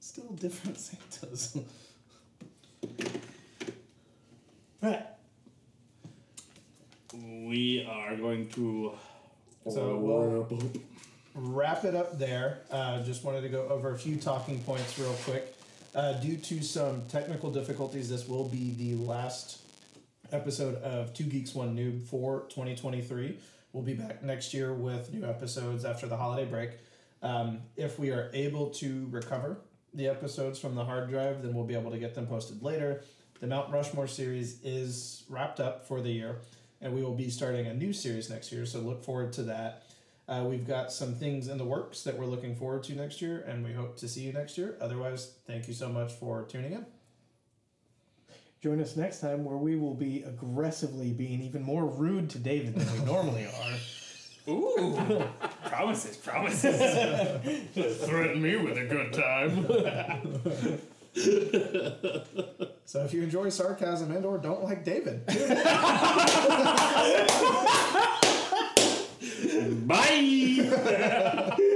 Still different Santas. [laughs] right.
we are going to
So, we'll- Wrap it up there. Uh, just wanted to go over a few talking points real quick. Uh, due to some technical difficulties, this will be the last episode of Two Geeks One Noob for 2023. We'll be back next year with new episodes after the holiday break. Um, if we are able to recover the episodes from the hard drive, then we'll be able to get them posted later. The Mount Rushmore series is wrapped up for the year, and we will be starting a new series next year. So look forward to that. Uh, we've got some things in the works that we're looking forward to next year, and we hope to see you next year. Otherwise, thank you so much for tuning in.
Join us next time where we will be aggressively being even more rude to David than we normally are.
Ooh. promises.
[laughs]
Promises. Threaten me with a good time.
So if you enjoy sarcasm and or don't like David.
Bye.